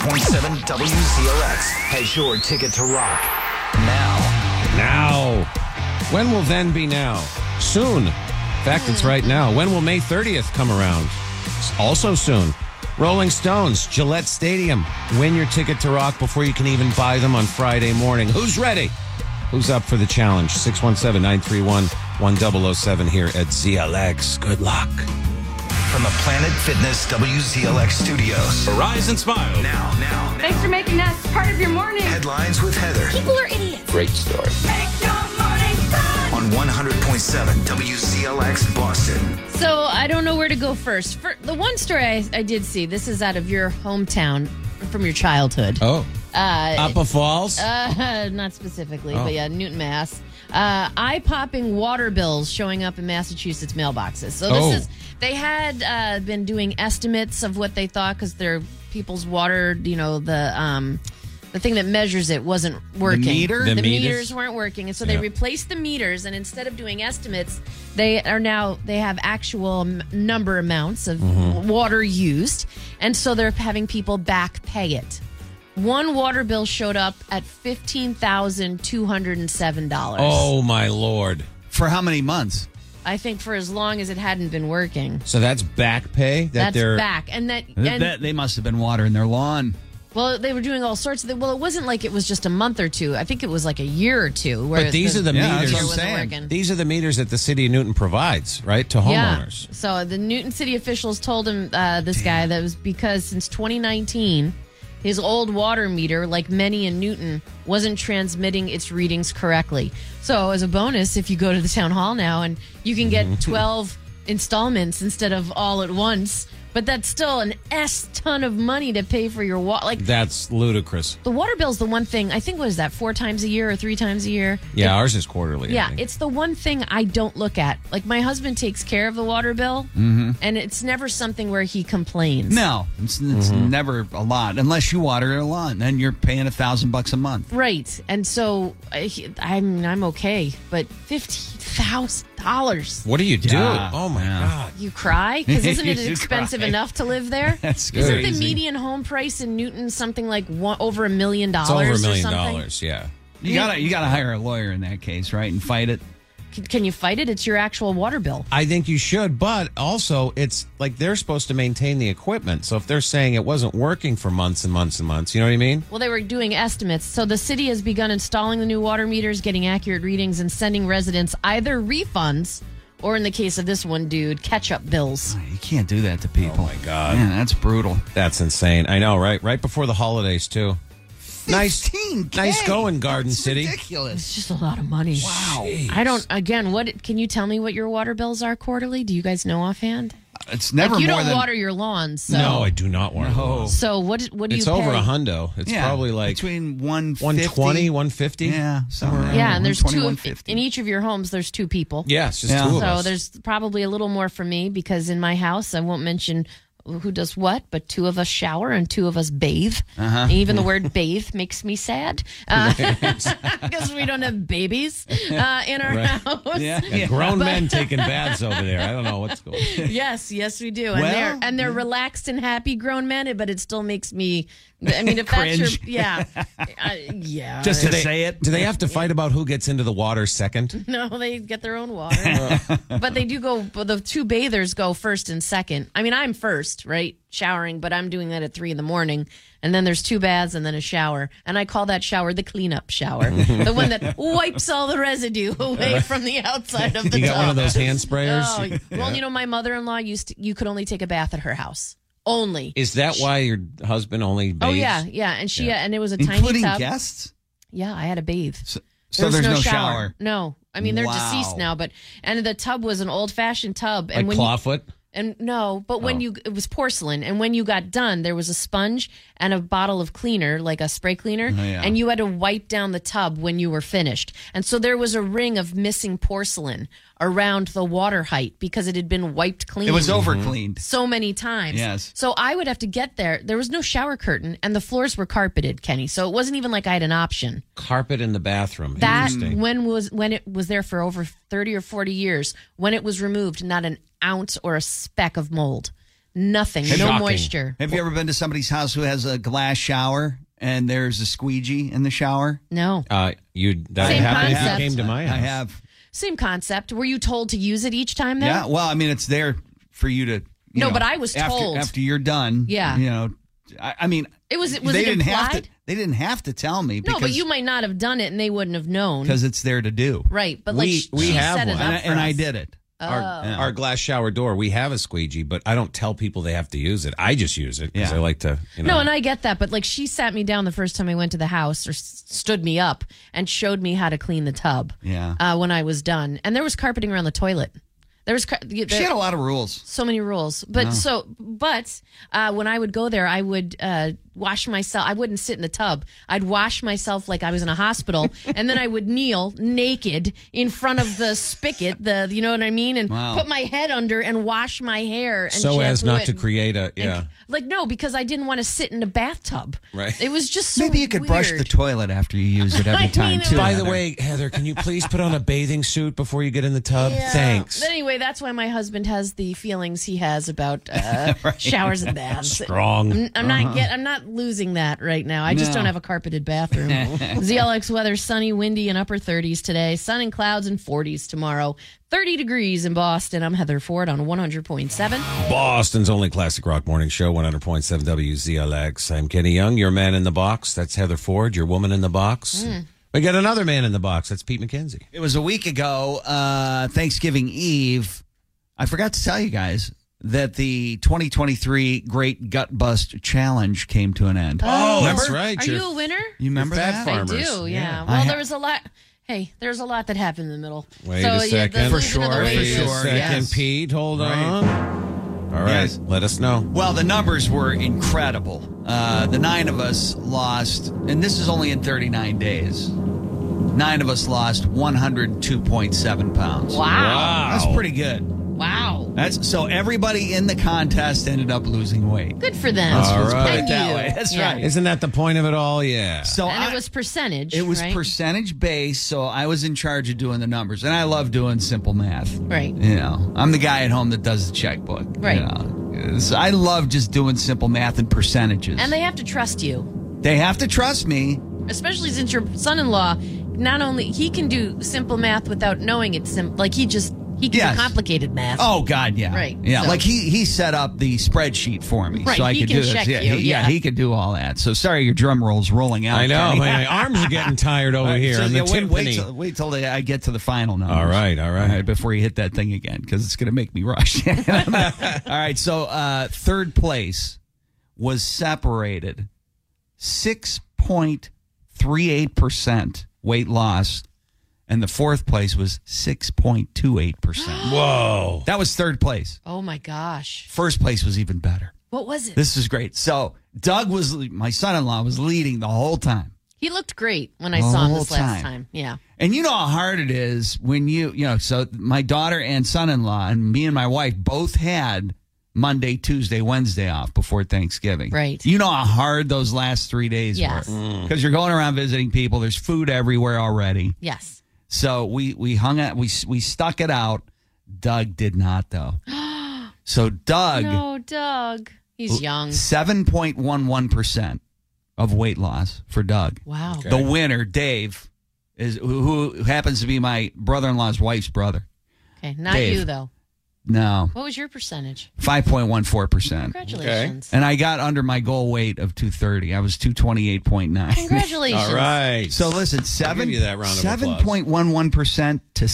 WZLX has your ticket to rock. Now, Now. When will then be now? Soon. In fact, it's right now. When will May 30th come around? It's also soon. Rolling Stones, Gillette Stadium. Win your ticket to rock before you can even buy them on Friday morning. Who's ready? Who's up for the challenge? 617 931 1007 here at ZLX. Good luck. from the Planet Fitness WZLX studios. Arise and smile. Now, now. Thanks for making us part of your morning. Headlines with Heather. People are idiots. Great story. Make your morning fun. On 100.7 WZLX Boston. So I don't know where to go first. For the one story I, I did see, this is out of your hometown from your childhood. Oh. Uh, Appa Falls? Uh, not specifically, Oh. but yeah, Newton, Mass. Uh, eye popping water bills showing up in Massachusetts mailboxes. So this Oh. is they had uh, been doing estimates of what they thought because their people's water, you know, the um, the thing that measures it wasn't working. meter? The the meters? meters weren't working, and so they Yeah. replaced the meters. And instead of doing estimates, they are now they have actual m- number amounts of Mm-hmm. Mhm. water used, and so they're having people back pay it. One water bill showed up at fifteen thousand two hundred and seven dollars. Oh, my Lord. For how many months? I think for as long as it hadn't been working. So that's back pay? That's back, and that Th- and that- they must have been watering their lawn. well, they were doing all sorts of. Th- well, it wasn't like it was just a month or two. I think it was like a year or two. Where But these are the meters. meter wasn't working. These are the meters that the city of Newton provides, right, to homeowners. Yeah. So the Newton City officials told him uh, this guy that was because since 2019, his old water meter, like many in Newton, wasn't transmitting its readings correctly. So as a bonus, if you go to the town hall now and you can get 12 installments instead of all at once, but that's still an s ton of money to pay for your water. Like That's ludicrous. the water bill's the one thing. I think what is that four times a year or three times a year? Yeah, ours is quarterly. Yeah, it's the one thing I don't look at. Like my husband takes care of the water bill, Mhm. and it's never something where he complains. No, it's, it's Mm-hmm. never a lot unless you water their lawn. Then you're paying a thousand bucks a month. right? And so I, I'm I'm okay, but fifteen thousand dollars. What do you do? Yeah. Oh my Yeah. god! You cry because isn't it You expensive cry. enough to live there? That's Isn't the crazy. median home price in Newton something like one, over a million It's over dollars? a or million something? dollars. Yeah. You gotta you gotta hire a lawyer in that case, right, and fight it. Can, can you fight it? It's your actual water bill. I think you should, but also it's like they're supposed to maintain the equipment. So if they're saying it wasn't working for months and months and months, you know what I mean? Well, they were doing estimates. So the city has begun installing the new water meters, getting accurate readings, and sending residents either refunds or, in the case of this one dude, catch up bills. You can't do that to people. Oh my God. man, that's brutal. That's insane. I know, right? Right before the holidays too. Nice, nice going, Garden City. It's just a lot of money. Wow. I don't, again, what can you tell me what your water bills are quarterly? Do you guys know offhand? It's Like, never you more don't than water your lawn, so. no, I do not want to. So what, what do it's you over pay? a hundo. It's Yeah, probably like between one 120, 150. Yeah, somewhere around Yeah, and there's two 120, of- in each of your homes. There's two people. Yeah, it's just Yeah. two of so us. there's probably a little more for me because in my house, I won't mention who does what, but two of us shower and two of us bathe. Uh-huh. Even the word bathe makes me sad because we don't have babies uh, in our Right. house. Yeah. grown But- men taking baths over there. I don't know what's going. on. Yes, yes, we do, and Well, they're and they're relaxed and happy grown men. But it still makes me. I mean, if that's your Cringe. yeah, I, yeah. Just do they, Do they have to fight about who gets into the water second? No, they get their own water. but they do go, but the two bathers go first and second. I mean, I'm first. breakfast, right? Showering, but I'm doing that at three in the morning. And then there's two baths and then a shower. And I call that shower the cleanup shower, the one that wipes all the residue away from the outside of the you got tub. one of those hand sprayers? Oh, well, you know, my mother in law used to, you could only take a bath at her house. Only. Is that why your husband only bathes? Oh yeah, yeah, and she and it was a tiny Including tub. guests? Yeah, I had to bathe. So, so there's no shower. No, I mean they're Wow. deceased now, but and the tub was an old fashioned tub, and Like when you, clawfoot? and no, but when Oh. you it was porcelain, and when you got done, there was a sponge and a bottle of cleaner, like a spray cleaner, Oh, yeah. and you had to wipe down the tub when you were finished, and so there was a ring of missing porcelain around the water height because it had been wiped clean. It was Mm-hmm. overcleaned. so many times. Yes. So I would have to get there. There was no shower curtain, and the floors were carpeted, Kenny. So it wasn't even like I had an option. Carpet in the bathroom. That Interesting. when was when it was there for over thirty or forty years. When it was removed, not an ounce or a speck of mold, nothing, no moisture. Have you ever been to somebody's house who has a glass shower and there's a squeegee in the shower? No. Uh, you that Same happened if concept. you came to my house. I have. Same concept. Were you told to use it each time? Then? Yeah. Well, I mean, it's there for you to. you No, know, but I was after, told. after you're done. Yeah. You know, I, I mean, It was- was they it didn't have implied? to. They didn't have to tell me. no, Because, but you might not have done it, and they wouldn't have known. because it's there to do. Right, but like sh- she set it up and, I- for and I us. did it. Our, Oh. our glass shower door, we have a squeegee, but I don't tell people they have to use it. I just use it because I like to, you know. No, and I get that, but like she sat me down the first time I went to the house or s- stood me up and showed me how to clean the tub yeah. uh, when I was done. And there was carpeting around the toilet. There was car- she She had a lot of rules. so many rules but Wow. so but uh, when i would go there i would uh, wash myself i wouldn't sit in the tub i'd wash myself like i was in a hospital and then i would kneel naked in front of the spigot the you know what i mean and Wow. put my head under and wash my hair and so as shampoo not it to and- create a, yeah. like no because i didn't want to sit in a bathtub Right. it was just so Maybe you could brush the weird. toilet after you use it every I time mean, it too. By the Heather. way, Heather, can you please put on a bathing suit before you get in the tub? Yeah. Thanks. But Anyway, that's why my husband has the feelings he has about uh, Right. showers and baths. Strong. I'm, I'm Uh-huh. not get. I'm not losing that right now. I just No. don't have a carpeted bathroom. ZLX weather: sunny, windy, and upper 30s today. Sun and clouds and 40s tomorrow. 30 degrees in Boston. I'm Heather Ford on 100.7. Boston's only classic rock morning show, 100.7 WZLX. I'm Kenny Young, your man in the box. That's Heather Ford, your woman in the box. Hmm. Mm. We got another man in the box. That's Pete McKenzie. It was a week ago, uh, Thanksgiving Eve. I forgot to tell you guys that the 2023 Great Gut Bust Challenge came to an end. that's right. Are You're- you a winner? You remember Fat that? I do. Yeah. I Well, ha- there was a lot. Hey, there's a lot that happened in the middle. Wait so, a yeah, second. the losing of the Wait weight a is- second, Yes. Pete. Hold Right. on. All right. Let us know. Well, the numbers were incredible. Uh, the nine of us lost, and this is only in 39 days. Nine of us lost 102.7 pounds. Wow. Wow. That's pretty good. Wow. That's so everybody in the contest ended up losing weight. Good for them. Let's- let's put it Thank that you. way. That's Yeah. right. Isn't that the point of it all? Yeah. So and I, it was percentage. it was right? percentage based, so I was in charge of doing the numbers, and I love doing simple math. Right. You know, I'm the guy at home that does the checkbook. you Right. know. So I love just doing simple math and percentages. And they have to trust you, They have to trust me. especially since your son-in-law not only he can do simple math without knowing it's simple, like he just he can Yes. do complicated math. Oh God, yeah, Right, yeah. so- Like he he set up the spreadsheet for me, Right, so I he could can do this. check yeah, you, he, yeah, yeah. he could do all that. So sorry, your drum roll's rolling out. I know. Kenny. My, my arms are getting tired over here. So, on yeah, the wait, wait timpani. till, wait till they- I get to the final numbers. All right, all right. before you hit that thing again, because it's going to make me rush. all right, so uh, third place was separated 6.38% weight loss, and the fourth place was 6.28%. Whoa. That was third place. Oh my gosh, First place was even better. what was it? This is great. So, Doug was, my son in law, was leading the whole time. he looked great when I The saw him whole this last time. time. Yeah, And you know how hard it is when you, you know, so my daughter and son in law and me and my wife both had Monday, Tuesday, Wednesday off before Thanksgiving. Right. You know how hard those last three days Yes. were. Mm. Because you're going around visiting people, there's food everywhere already. yes. So we, we hung out, we, we stuck it out. Doug did not, though. So Doug, No, Doug, he's young. 7.11% of weight loss for Doug. Wow. Okay. The winner, Dave, is who, who happens to be my brother in law's wife's brother. Okay, not Dave. you though. No. What was your percentage? 5.14%. Congratulations. And I got under my goal weight of 230. I was 228.9. Congratulations. All right. So listen, I'll seven, give you that round of applause. 7.11% to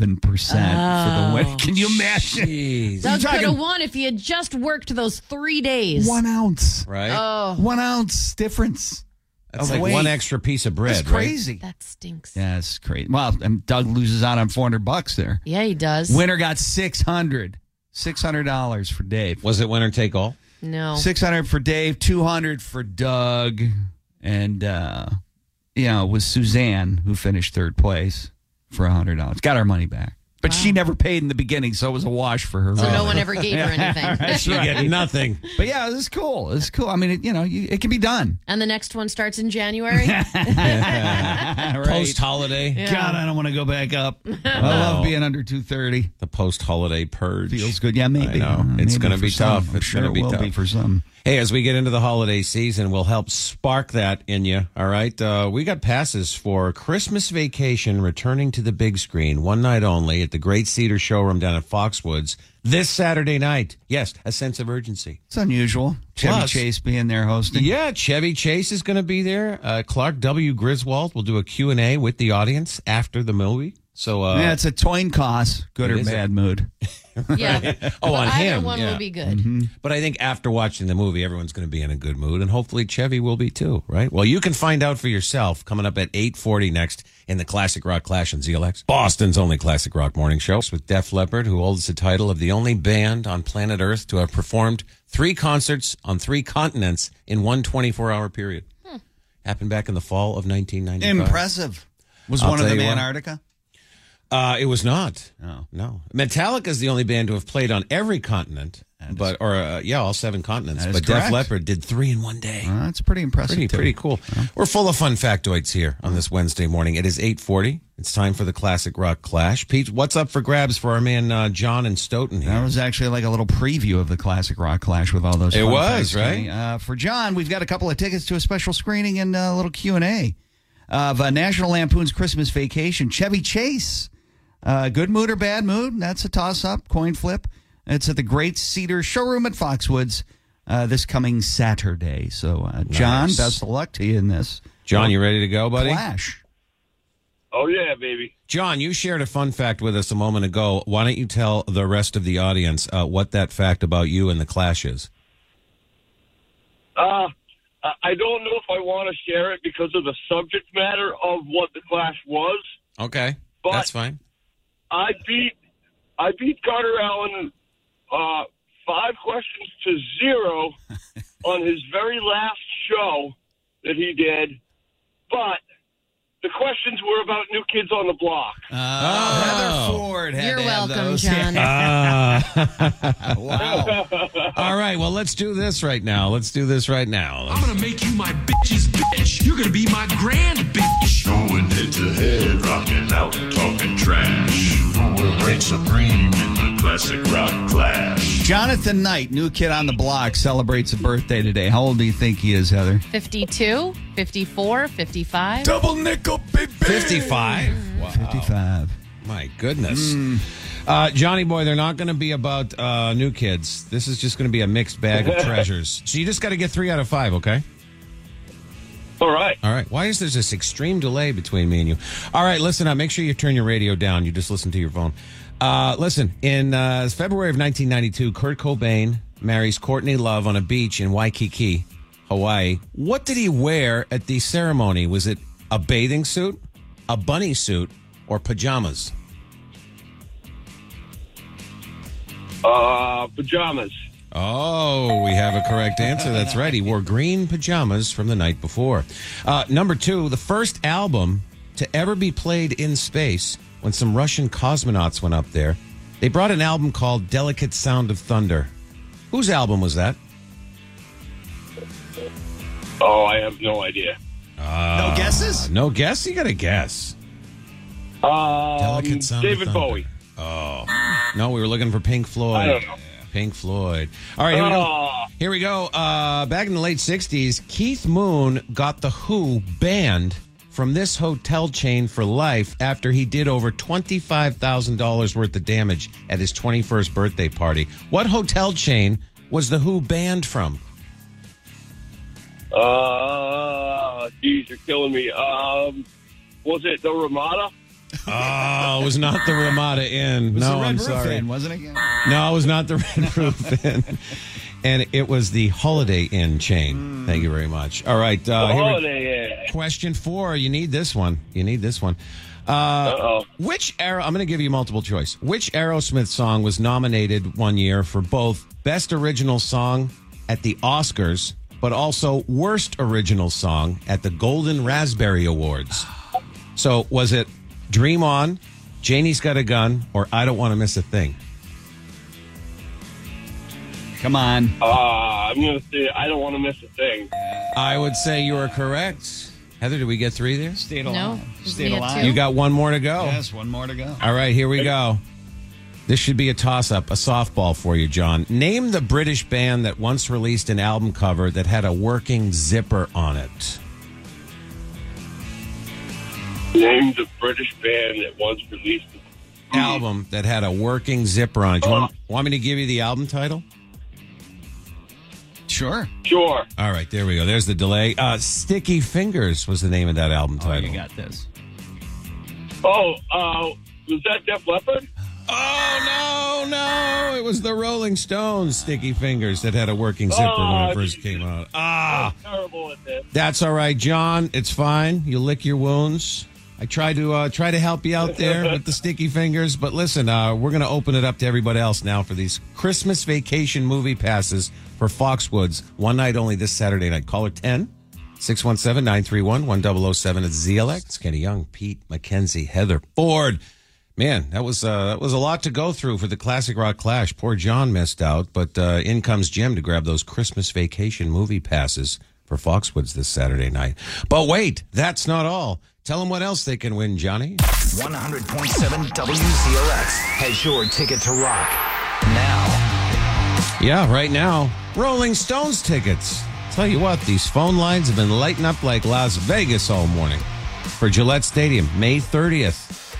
7.17% for the win. Oh. Can you imagine? You're Doug could talking have won if he had just worked those three days. One ounce. Right? Oh. One ounce difference. That's of like weight. one extra piece of bread, Oh, That's right? crazy. That stinks. Yeah, it's crazy. Well, and Doug loses out on 400 bucks there. Yeah, he does. Winner got 600. $600 for Dave. Was it winner take all? No. 600 for Dave, 200 for Doug, and uh you know, it was Suzanne who finished third place for $100. Got our money back. But she never paid in the beginning, so it was a wash for her. So no one ever gave her Yeah, anything. that's She right. get nothing. But yeah, this is cool. It's cool. I mean, it, you know, you, it can be done. And the next one starts in January. Post holiday. Yeah. God, I don't want to go back up. I love being under 230. The post holiday purge. Feels good. Yeah, maybe. I know. Uh, maybe it's going to for be some. tough. I'm It's sure going it to be will tough. be for some. Hey, as we get into the holiday season, we'll help spark that in you. All right. Uh, we got passes for Christmas vacation returning to the big screen one night only at the Great Cedar Showroom down at Foxwoods this Saturday night. Yes, a sense of urgency. It's unusual. Chevy Plus- Chase being there hosting. Yeah, Chevy Chase is going to be there. Uh, Clark W. Griswold will do a Q&A with the audience after the movie. So uh, yeah, it's a toin cost, good It or is a- bad mood. yeah. Oh, on Either him. one yeah. Mm-hmm. would be good. But I think after watching the movie, everyone's going to be in a good mood, and hopefully Chevy will be too, right? Well, you can find out for yourself coming up at 8.40 next in the Classic Rock Clash and ZLX, Boston's only Classic Rock morning show, with Def Leppard, who holds the title of the only band on planet Earth to have performed three concerts on three continents in one 24-hour period. Happened back in the fall of 1995. Impressive. Was I'll one of tell them you what. Antarctica? Uh, it was not. No, no. Metallica is the only band to have played on every continent, but or uh, yeah, all seven continents. That is But Def correct. Leppard did three in one day. Uh, that's pretty impressive. Pretty, too. pretty cool. We're full of fun factoids here on this Wednesday morning. It is eight forty. It's time for the classic rock clash. Pete, what's up for grabs for our man uh, John and Stoughton here? That was actually like a little preview of the classic rock clash with all those. It fun was, facts, right? Kenny. Uh, for John, we've got a couple of tickets to a special screening and a little Q and A of uh, National Lampoon's Christmas Vacation. Chevy Chase, uh, good mood or bad mood? That's a toss up, coin flip. It's at the Great Cedar Showroom at Foxwoods uh, this coming Saturday. So, uh, John, Nice. best of luck to you in this John, you ready to go, buddy? clash. Oh yeah, baby. John, you shared a fun fact with us a moment ago. Why don't you tell the rest of the audience uh, what that fact about you and the clash is? Uh, I I don't know if I want to share it because of the subject matter of what the clash was. Okay, But- that's fine. I beat I beat Carter Allen uh, five questions to zero on his very last show that he did, but the questions were about new kids on the block. Uh. Heather Ford. had You're to have welcome, those. John. wow. All right, well, let's do this right now. Let's do this right now. I'm gonna make you my bitch's bitch. You're gonna be my grand bitch. Going head to head, rocking out, talking trash. Going right supreme in the classic rock clash. Jonathan Knight, new kid on the block, celebrates a birthday today. How old do you think he is, Heather? 52, 54, 55. nickel, baby. 55. Wow. 55. My goodness. Mm. Uh, Johnny Boy, they're not going to be about uh, new kids. This is just going to be a mixed bag of treasures. So you just got to get three out of five, okay? All right. All right. Why is there this extreme delay between me and you? All right, listen up. Make sure you turn your radio down. You just listen to your phone. Uh, listen, in uh, February of 1992, Kurt Cobain marries Courtney Love on a beach in Waikiki, Hawaii. What did he wear at the ceremony? Was it a bathing suit, a bunny suit, or pajamas? Uh, pajamas. Oh, we have a correct answer. That's right. He wore green pajamas from the night before. Uh, number two, the first album to ever be played in space when some Russian cosmonauts went up there. They brought an album called Delicate Sound of Thunder. Whose album was that? Oh, I have no idea. Uh, no guesses? No guess? You got to guess. Um, Delicate sound of David thunder. Bowie. Oh. No, we were looking for Pink Floyd. I don't know. Pink Floyd. All right, here we go. Ah. Here we go. Uh, back in the late 60s, Keith Moon got The Who banned from this hotel chain for life after he did over $25,000 worth of damage at his 21st birthday party. What hotel chain was The Who banned from? Uh, Ah, geez, you're killing me. Um, was it the Ramada? Oh, it was not the Ramada Inn. was the no, Red I'm Roof sorry. Inn, wasn't it? No, it was not the Red Roof Inn. And it was the Holiday Inn chain. Thank you very much. All right. Uh, The here we- Holiday Inn. Question four. You need this one. You need this one. Uh, which arrow? I'm going to give you multiple choice. Which Aerosmith song was nominated one year for both Best Original Song at the Oscars, but also Worst Original Song at the Golden Raspberry Awards? So was it Dream On, Janie's Got a Gun, or I Don't Want to Miss a Thing? Come on. Uh, I'm going to say I don't want to miss a thing. I would say you are correct. Heather, did we get three there? Stayed alive. Stayed we at alive. You got one more to go. Yes, one more to go. All right, here we go. This should be a toss up, a softball for you, John. Name the British band that once released an album cover that had a working zipper on it. Named the British band that once released the Album that had a working zipper on it. Do you want, want me to give you the album title? Sure. Sure. All right, there we go. There's the delay. Uh, Sticky Fingers was the name of that album title. got this. Oh, uh, was that Def Leppard? Oh, no, no. It was the Rolling Stones Sticky Fingers that had a working zipper when Oh, it first came out. Ah. terrible at this. That's all right, John. It's fine. You lick your wounds. I try to uh, try to help you out there with the sticky fingers, but listen, uh, we're going to open it up to everybody else now for these Christmas vacation movie passes for Foxwoods. One night only this Saturday night. Caller 10 617 931 1007 at ZLX. It's Kenny Young, Pete McKenzie, Heather Ford. Man, that was uh, that was a lot to go through for the classic rock clash. Poor John missed out, but uh, in comes Jim to grab those Christmas vacation movie passes for Foxwoods this Saturday night. But wait, that's not all. Tell them what else they can win, Johnny. 100.7 WZLX has your ticket to rock. Now, Yeah, right now, Rolling Stones tickets. Tell you what, these phone lines have been lighting up like Las Vegas all morning for Gillette Stadium, May 30th.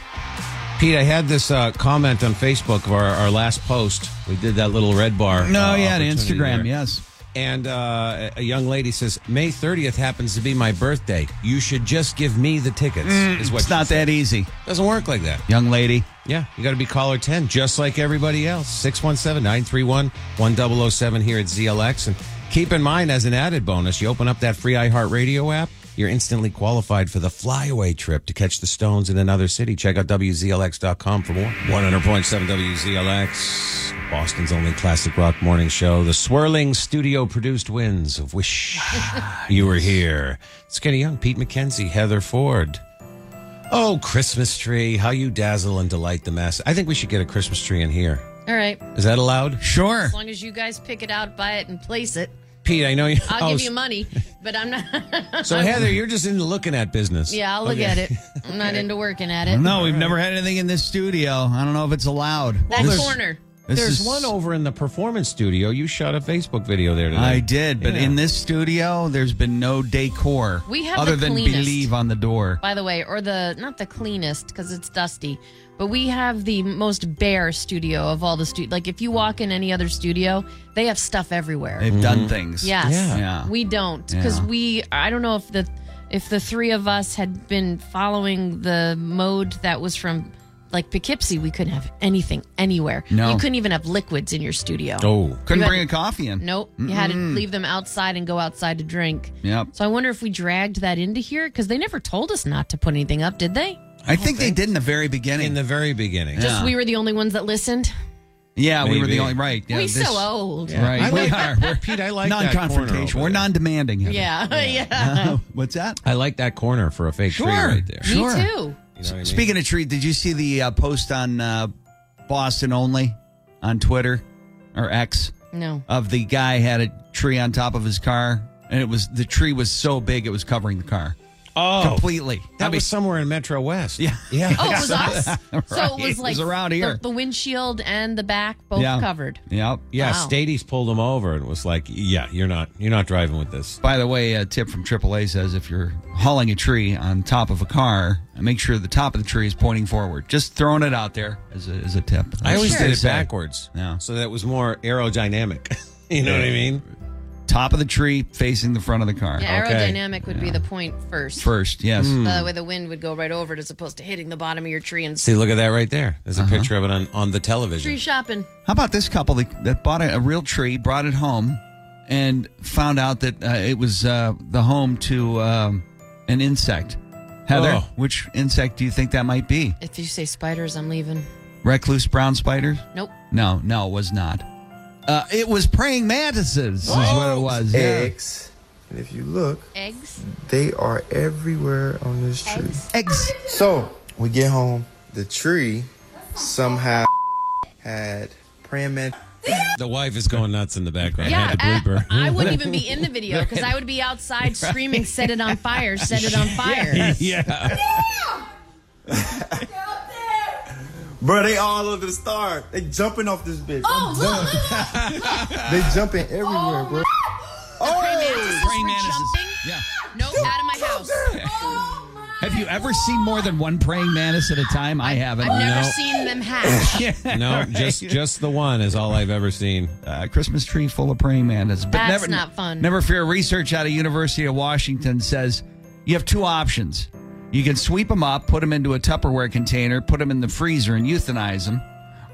Pete, I had this uh, comment on Facebook of our, our last post. We did that little red bar. No, uh, yeah, on opportunity Instagram, there. yes. And uh, a young lady says, May 30th happens to be my birthday. You should just give me the tickets. Mm, is what it's she not said. that easy. Doesn't work like that. Young lady. Yeah, you got to be caller 10, just like everybody else. 617 931 1007 here at ZLX. And keep in mind, as an added bonus, you open up that free iHeartRadio app, you're instantly qualified for the flyaway trip to catch the Stones in another city. Check out WZLX.com for more. 100.7 WZLX, Boston's only classic rock morning show. The swirling studio produced winds of Wish You Were Here. Skinny Young, Pete McKenzie, Heather Ford. Oh, Christmas tree, how you dazzle and delight the mass. I think we should get a Christmas tree in here. All right. Is that allowed? Sure. As long as you guys pick it out, buy it, and place it, Pete, I know you. oh, I'll give you money. But I'm not. So, Heather, you're just into looking at business. Yeah, I'll look Okay. at it. I'm not into working at it. No, we've never had anything in this studio. I don't know if it's allowed. That This- corner. this There's is- one over in the performance studio. You shot a Facebook video there today. I did, but Yeah. in this studio, there's been no decor We have other the than cleanest. believe on the door. By the way, or the not the cleanest because it's dusty, but we have the most bare studio of all the studio. Like if you walk in any other studio, they have stuff everywhere. They've done things. Yes. Mm-hmm. Yeah. Yeah. We don't because Yeah. we. I don't know if the if the three of us had been following the mode that was from like Poughkeepsie, we couldn't have anything anywhere. No. You couldn't even have liquids in your studio. Oh, couldn't You had bring to- a coffee in. Nope. You had to Mm-mm. leave them outside and go outside to drink. Yep. So I wonder if we dragged that into here because they never told us not to put anything up, did they? I, think, they did in the very beginning. In the very beginning. Just we were the only ones that listened. yeah, we were Maybe. the only right. Yeah, we this- so old. Right, I we like- are. We're, Pete, I like that corner non-confrontational. over We're non-demanding. Heather. Yeah, yeah. What's that? I like that corner for a fake Sure. tree right there. Me Sure. too. You know what I mean? Speaking of tree, did you see the uh, post on uh, Boston only on Twitter or X No. of the guy had a tree on top of his car and it was the tree was so big it was covering the car. Oh, completely. That was somewhere in Metro West. Yeah, yeah. Oh, it was us. So Right. it was like around here. The, the windshield and the back both Yeah. covered. Yep. Yeah, Wow. Stades pulled him over and was like, "Yeah, you're not, you're not driving with this." By the way, a tip from AAA says if you're hauling a tree on top of a car, make sure the top of the tree is pointing forward. Just throwing it out there as a, as a tip. I always Sure. did it Say. backwards. Yeah. So that was more aerodynamic. you know what I mean? Top of the tree facing the front of the car. Oh, Yeah, aerodynamic would be the point first. First, yes. Hmm. By the way, the wind would go right over it as opposed to hitting the bottom of your tree and See, look at that right there. There's a picture of it on, on the television. tree shopping. How about this couple that, that bought a, a real tree, brought it home, and found out that uh, it was uh, the home to um, an insect? Heather, Oh. which insect do you think that might be? If you say spiders, I'm leaving. Recluse brown spiders? Nope. No, no, it was not. Uh, it was praying mantises, is what it was. yeah. Eggs. And if you look, Eggs? they are everywhere on this tree. Eggs. So we get home. The tree somehow had praying mantis. The wife is going nuts in the background. Yeah, Had to bleep her. I wouldn't even be in the video because I would be outside screaming, set it on fire, set it on fire. yeah. Bro, they all over the star. They jumping off this bitch. Oh, I'm look, done. they jumping everywhere, bro. The praying mantises Praying were mantises. jumping? Yeah. Nope, out of my house. Have you ever seen more than one praying mantis at a time? I haven't. I've never seen them hatch. No, just just the one is all I've ever seen. Uh, Christmas tree full of praying mantis. But That's never, not fun. Never fear. Research out of University of Washington says you have two options. You can sweep them up, put them into a Tupperware container, put them in the freezer, and euthanize them,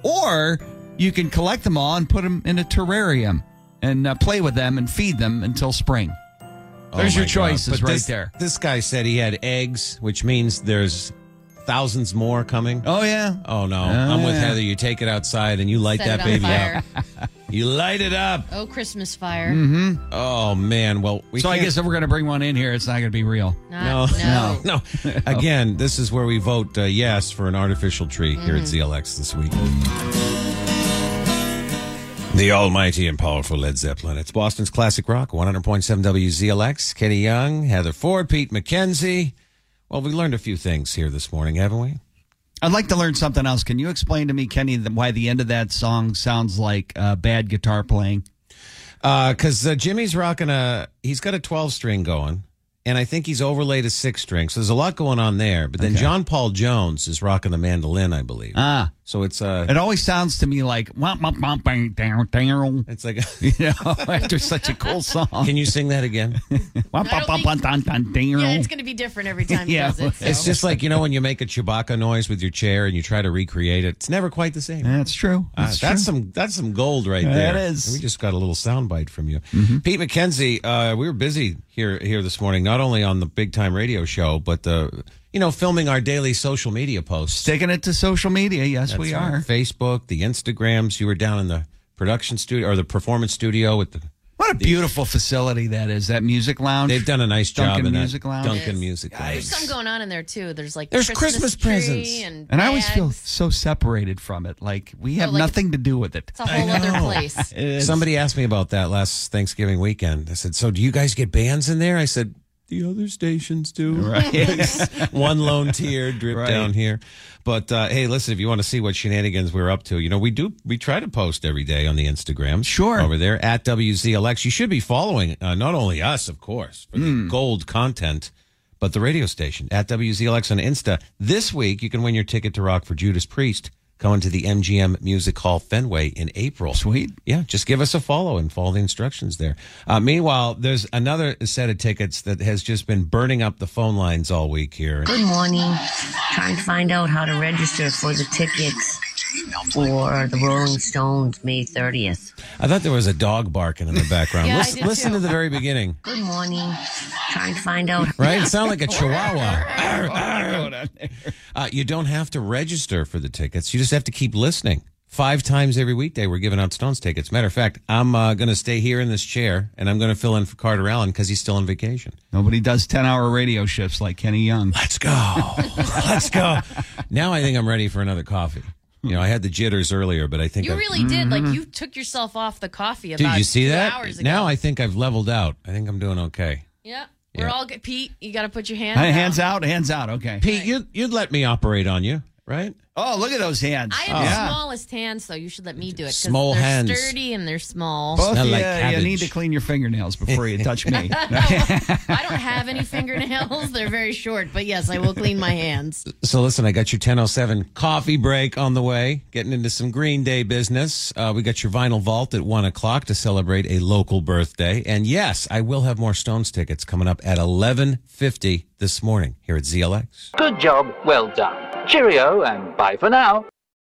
or you can collect them all and put them in a terrarium and uh, play with them and feed them until spring. There's Oh my your God. choices But right this- there. This guy said he had eggs, which means there's thousands more coming. Oh yeah. Oh no, Oh, I'm with yeah. Heather. You take it outside and you light Set that it on baby fire. up. You light it up. Oh, Christmas fire. Mm-hmm. Oh man, well we so I can't- guess if we're gonna bring one in here, it's not gonna be real. No, no, no. Again, this is where we vote uh, yes for an artificial tree here at Mhm. ZLX this week. The almighty and powerful Led Zeppelin. It's Boston's classic rock, 100.7 WZLX. Kenny Young, Heather Ford, Pete McKenzie. Well, we learned a few things here this morning, haven't we? I'd like to learn something else. Can you explain to me, Kenny, th- why the end of that song sounds like uh, bad guitar playing? Because uh, Jimmy's rocking a, he's got a 12 string going, and I think he's overlaid a six string. So there's a lot going on there. But then John Paul Jones is rocking the mandolin, I believe. Ah. So it's, uh, It always sounds to me like womp, womp, womp, bang, down, down. It's like you know, after such a cool song. Can you sing that again? womp, I womp, don't womp, think- dun, dun, dun, Yeah, it's going to be different every time he does it. so. It's just like, you know, when you make a Chewbacca noise with your chair and you try to recreate it, it's never quite the same. That's true. Uh, That's That's, true. some that's some gold right That there. is. Mm-hmm. We just got a little soundbite from you, Pete McKenzie. Uh, we were busy here here this morning, not only on the big time radio show, but uh, you know, filming our daily social media posts. Sticking it to social media. Yes, That's we right. are. Facebook, the Instagrams. You were down in the production studio or the performance studio with the What a beautiful facility that is. That music lounge. They've done a nice job Duncan in that Music Lounge. Duncan Music Lounge. There's something going on in there, too. There's like There's Christmas tree presents. And, And I always bags. feel so separated from it. Like we have Oh, like, nothing to do with it. It's a whole other place. Somebody asked me about that last Thanksgiving weekend. I said, "So do you guys get bands in there?" I said, "The other stations do." Right. One lone tear drip down here. But uh, hey, listen, if you want to see what shenanigans we're up to, you know we do. We try to post every day on the Instagram. Sure. Over there at WZLX, you should be following uh, not only us, of course, for the gold content. But the radio station at WZLX on Insta. This week, you can win your ticket to rock for Judas Priest coming to the MGM Music Hall Fenway in April. Sweet. Yeah, just give us a follow and follow the instructions there. Uh, meanwhile, there's another set of tickets that has just been burning up the phone lines all week here. Good morning. Trying to find out how to register for the tickets for the Rolling Stones May 30th. I thought there was a dog barking in the background. Yeah, I listen did listen too. to the very beginning, Good morning. Trying to find out. right? It sounded like a chihuahua. uh, you don't have to register for the tickets. You just have to keep listening. Five times every weekday, we're giving out Stones tickets. Matter of fact, I'm uh, going to stay here in this chair and I'm going to fill in for Carter Allen because he's still on vacation. Nobody does 10 hour radio shifts like Kenny Young. Let's go. Let's go. Now I think I'm ready for another coffee. You know, I had the jitters earlier, but I think You I've- really did. Like, you took yourself off the coffee about Mm-hmm. Dude, you see two that? hours ago. Now I think I've leveled out. I think I'm doing okay. yeah. We're all good. Pete, you got to put your hand. Hey, hands out, hands out. Okay. Pete, you you'd let me operate on you, right? Oh, look at those hands. I have Yeah. the smallest hands, so you should let me do it. 'cause Small they're hands. Oh. sturdy and they're small. Both of you, you need to clean your fingernails before you touch me. I don't have any fingernails. They're very short, but yes, I will clean my hands. So listen, I got your 1007 coffee break on the way, getting into some Green Day business. Uh, we got your vinyl vault at one o'clock to celebrate a local birthday. And yes, I will have more Stones tickets coming up at 1150 this morning here at ZLX. Good job, well done. Cheerio and bye for now.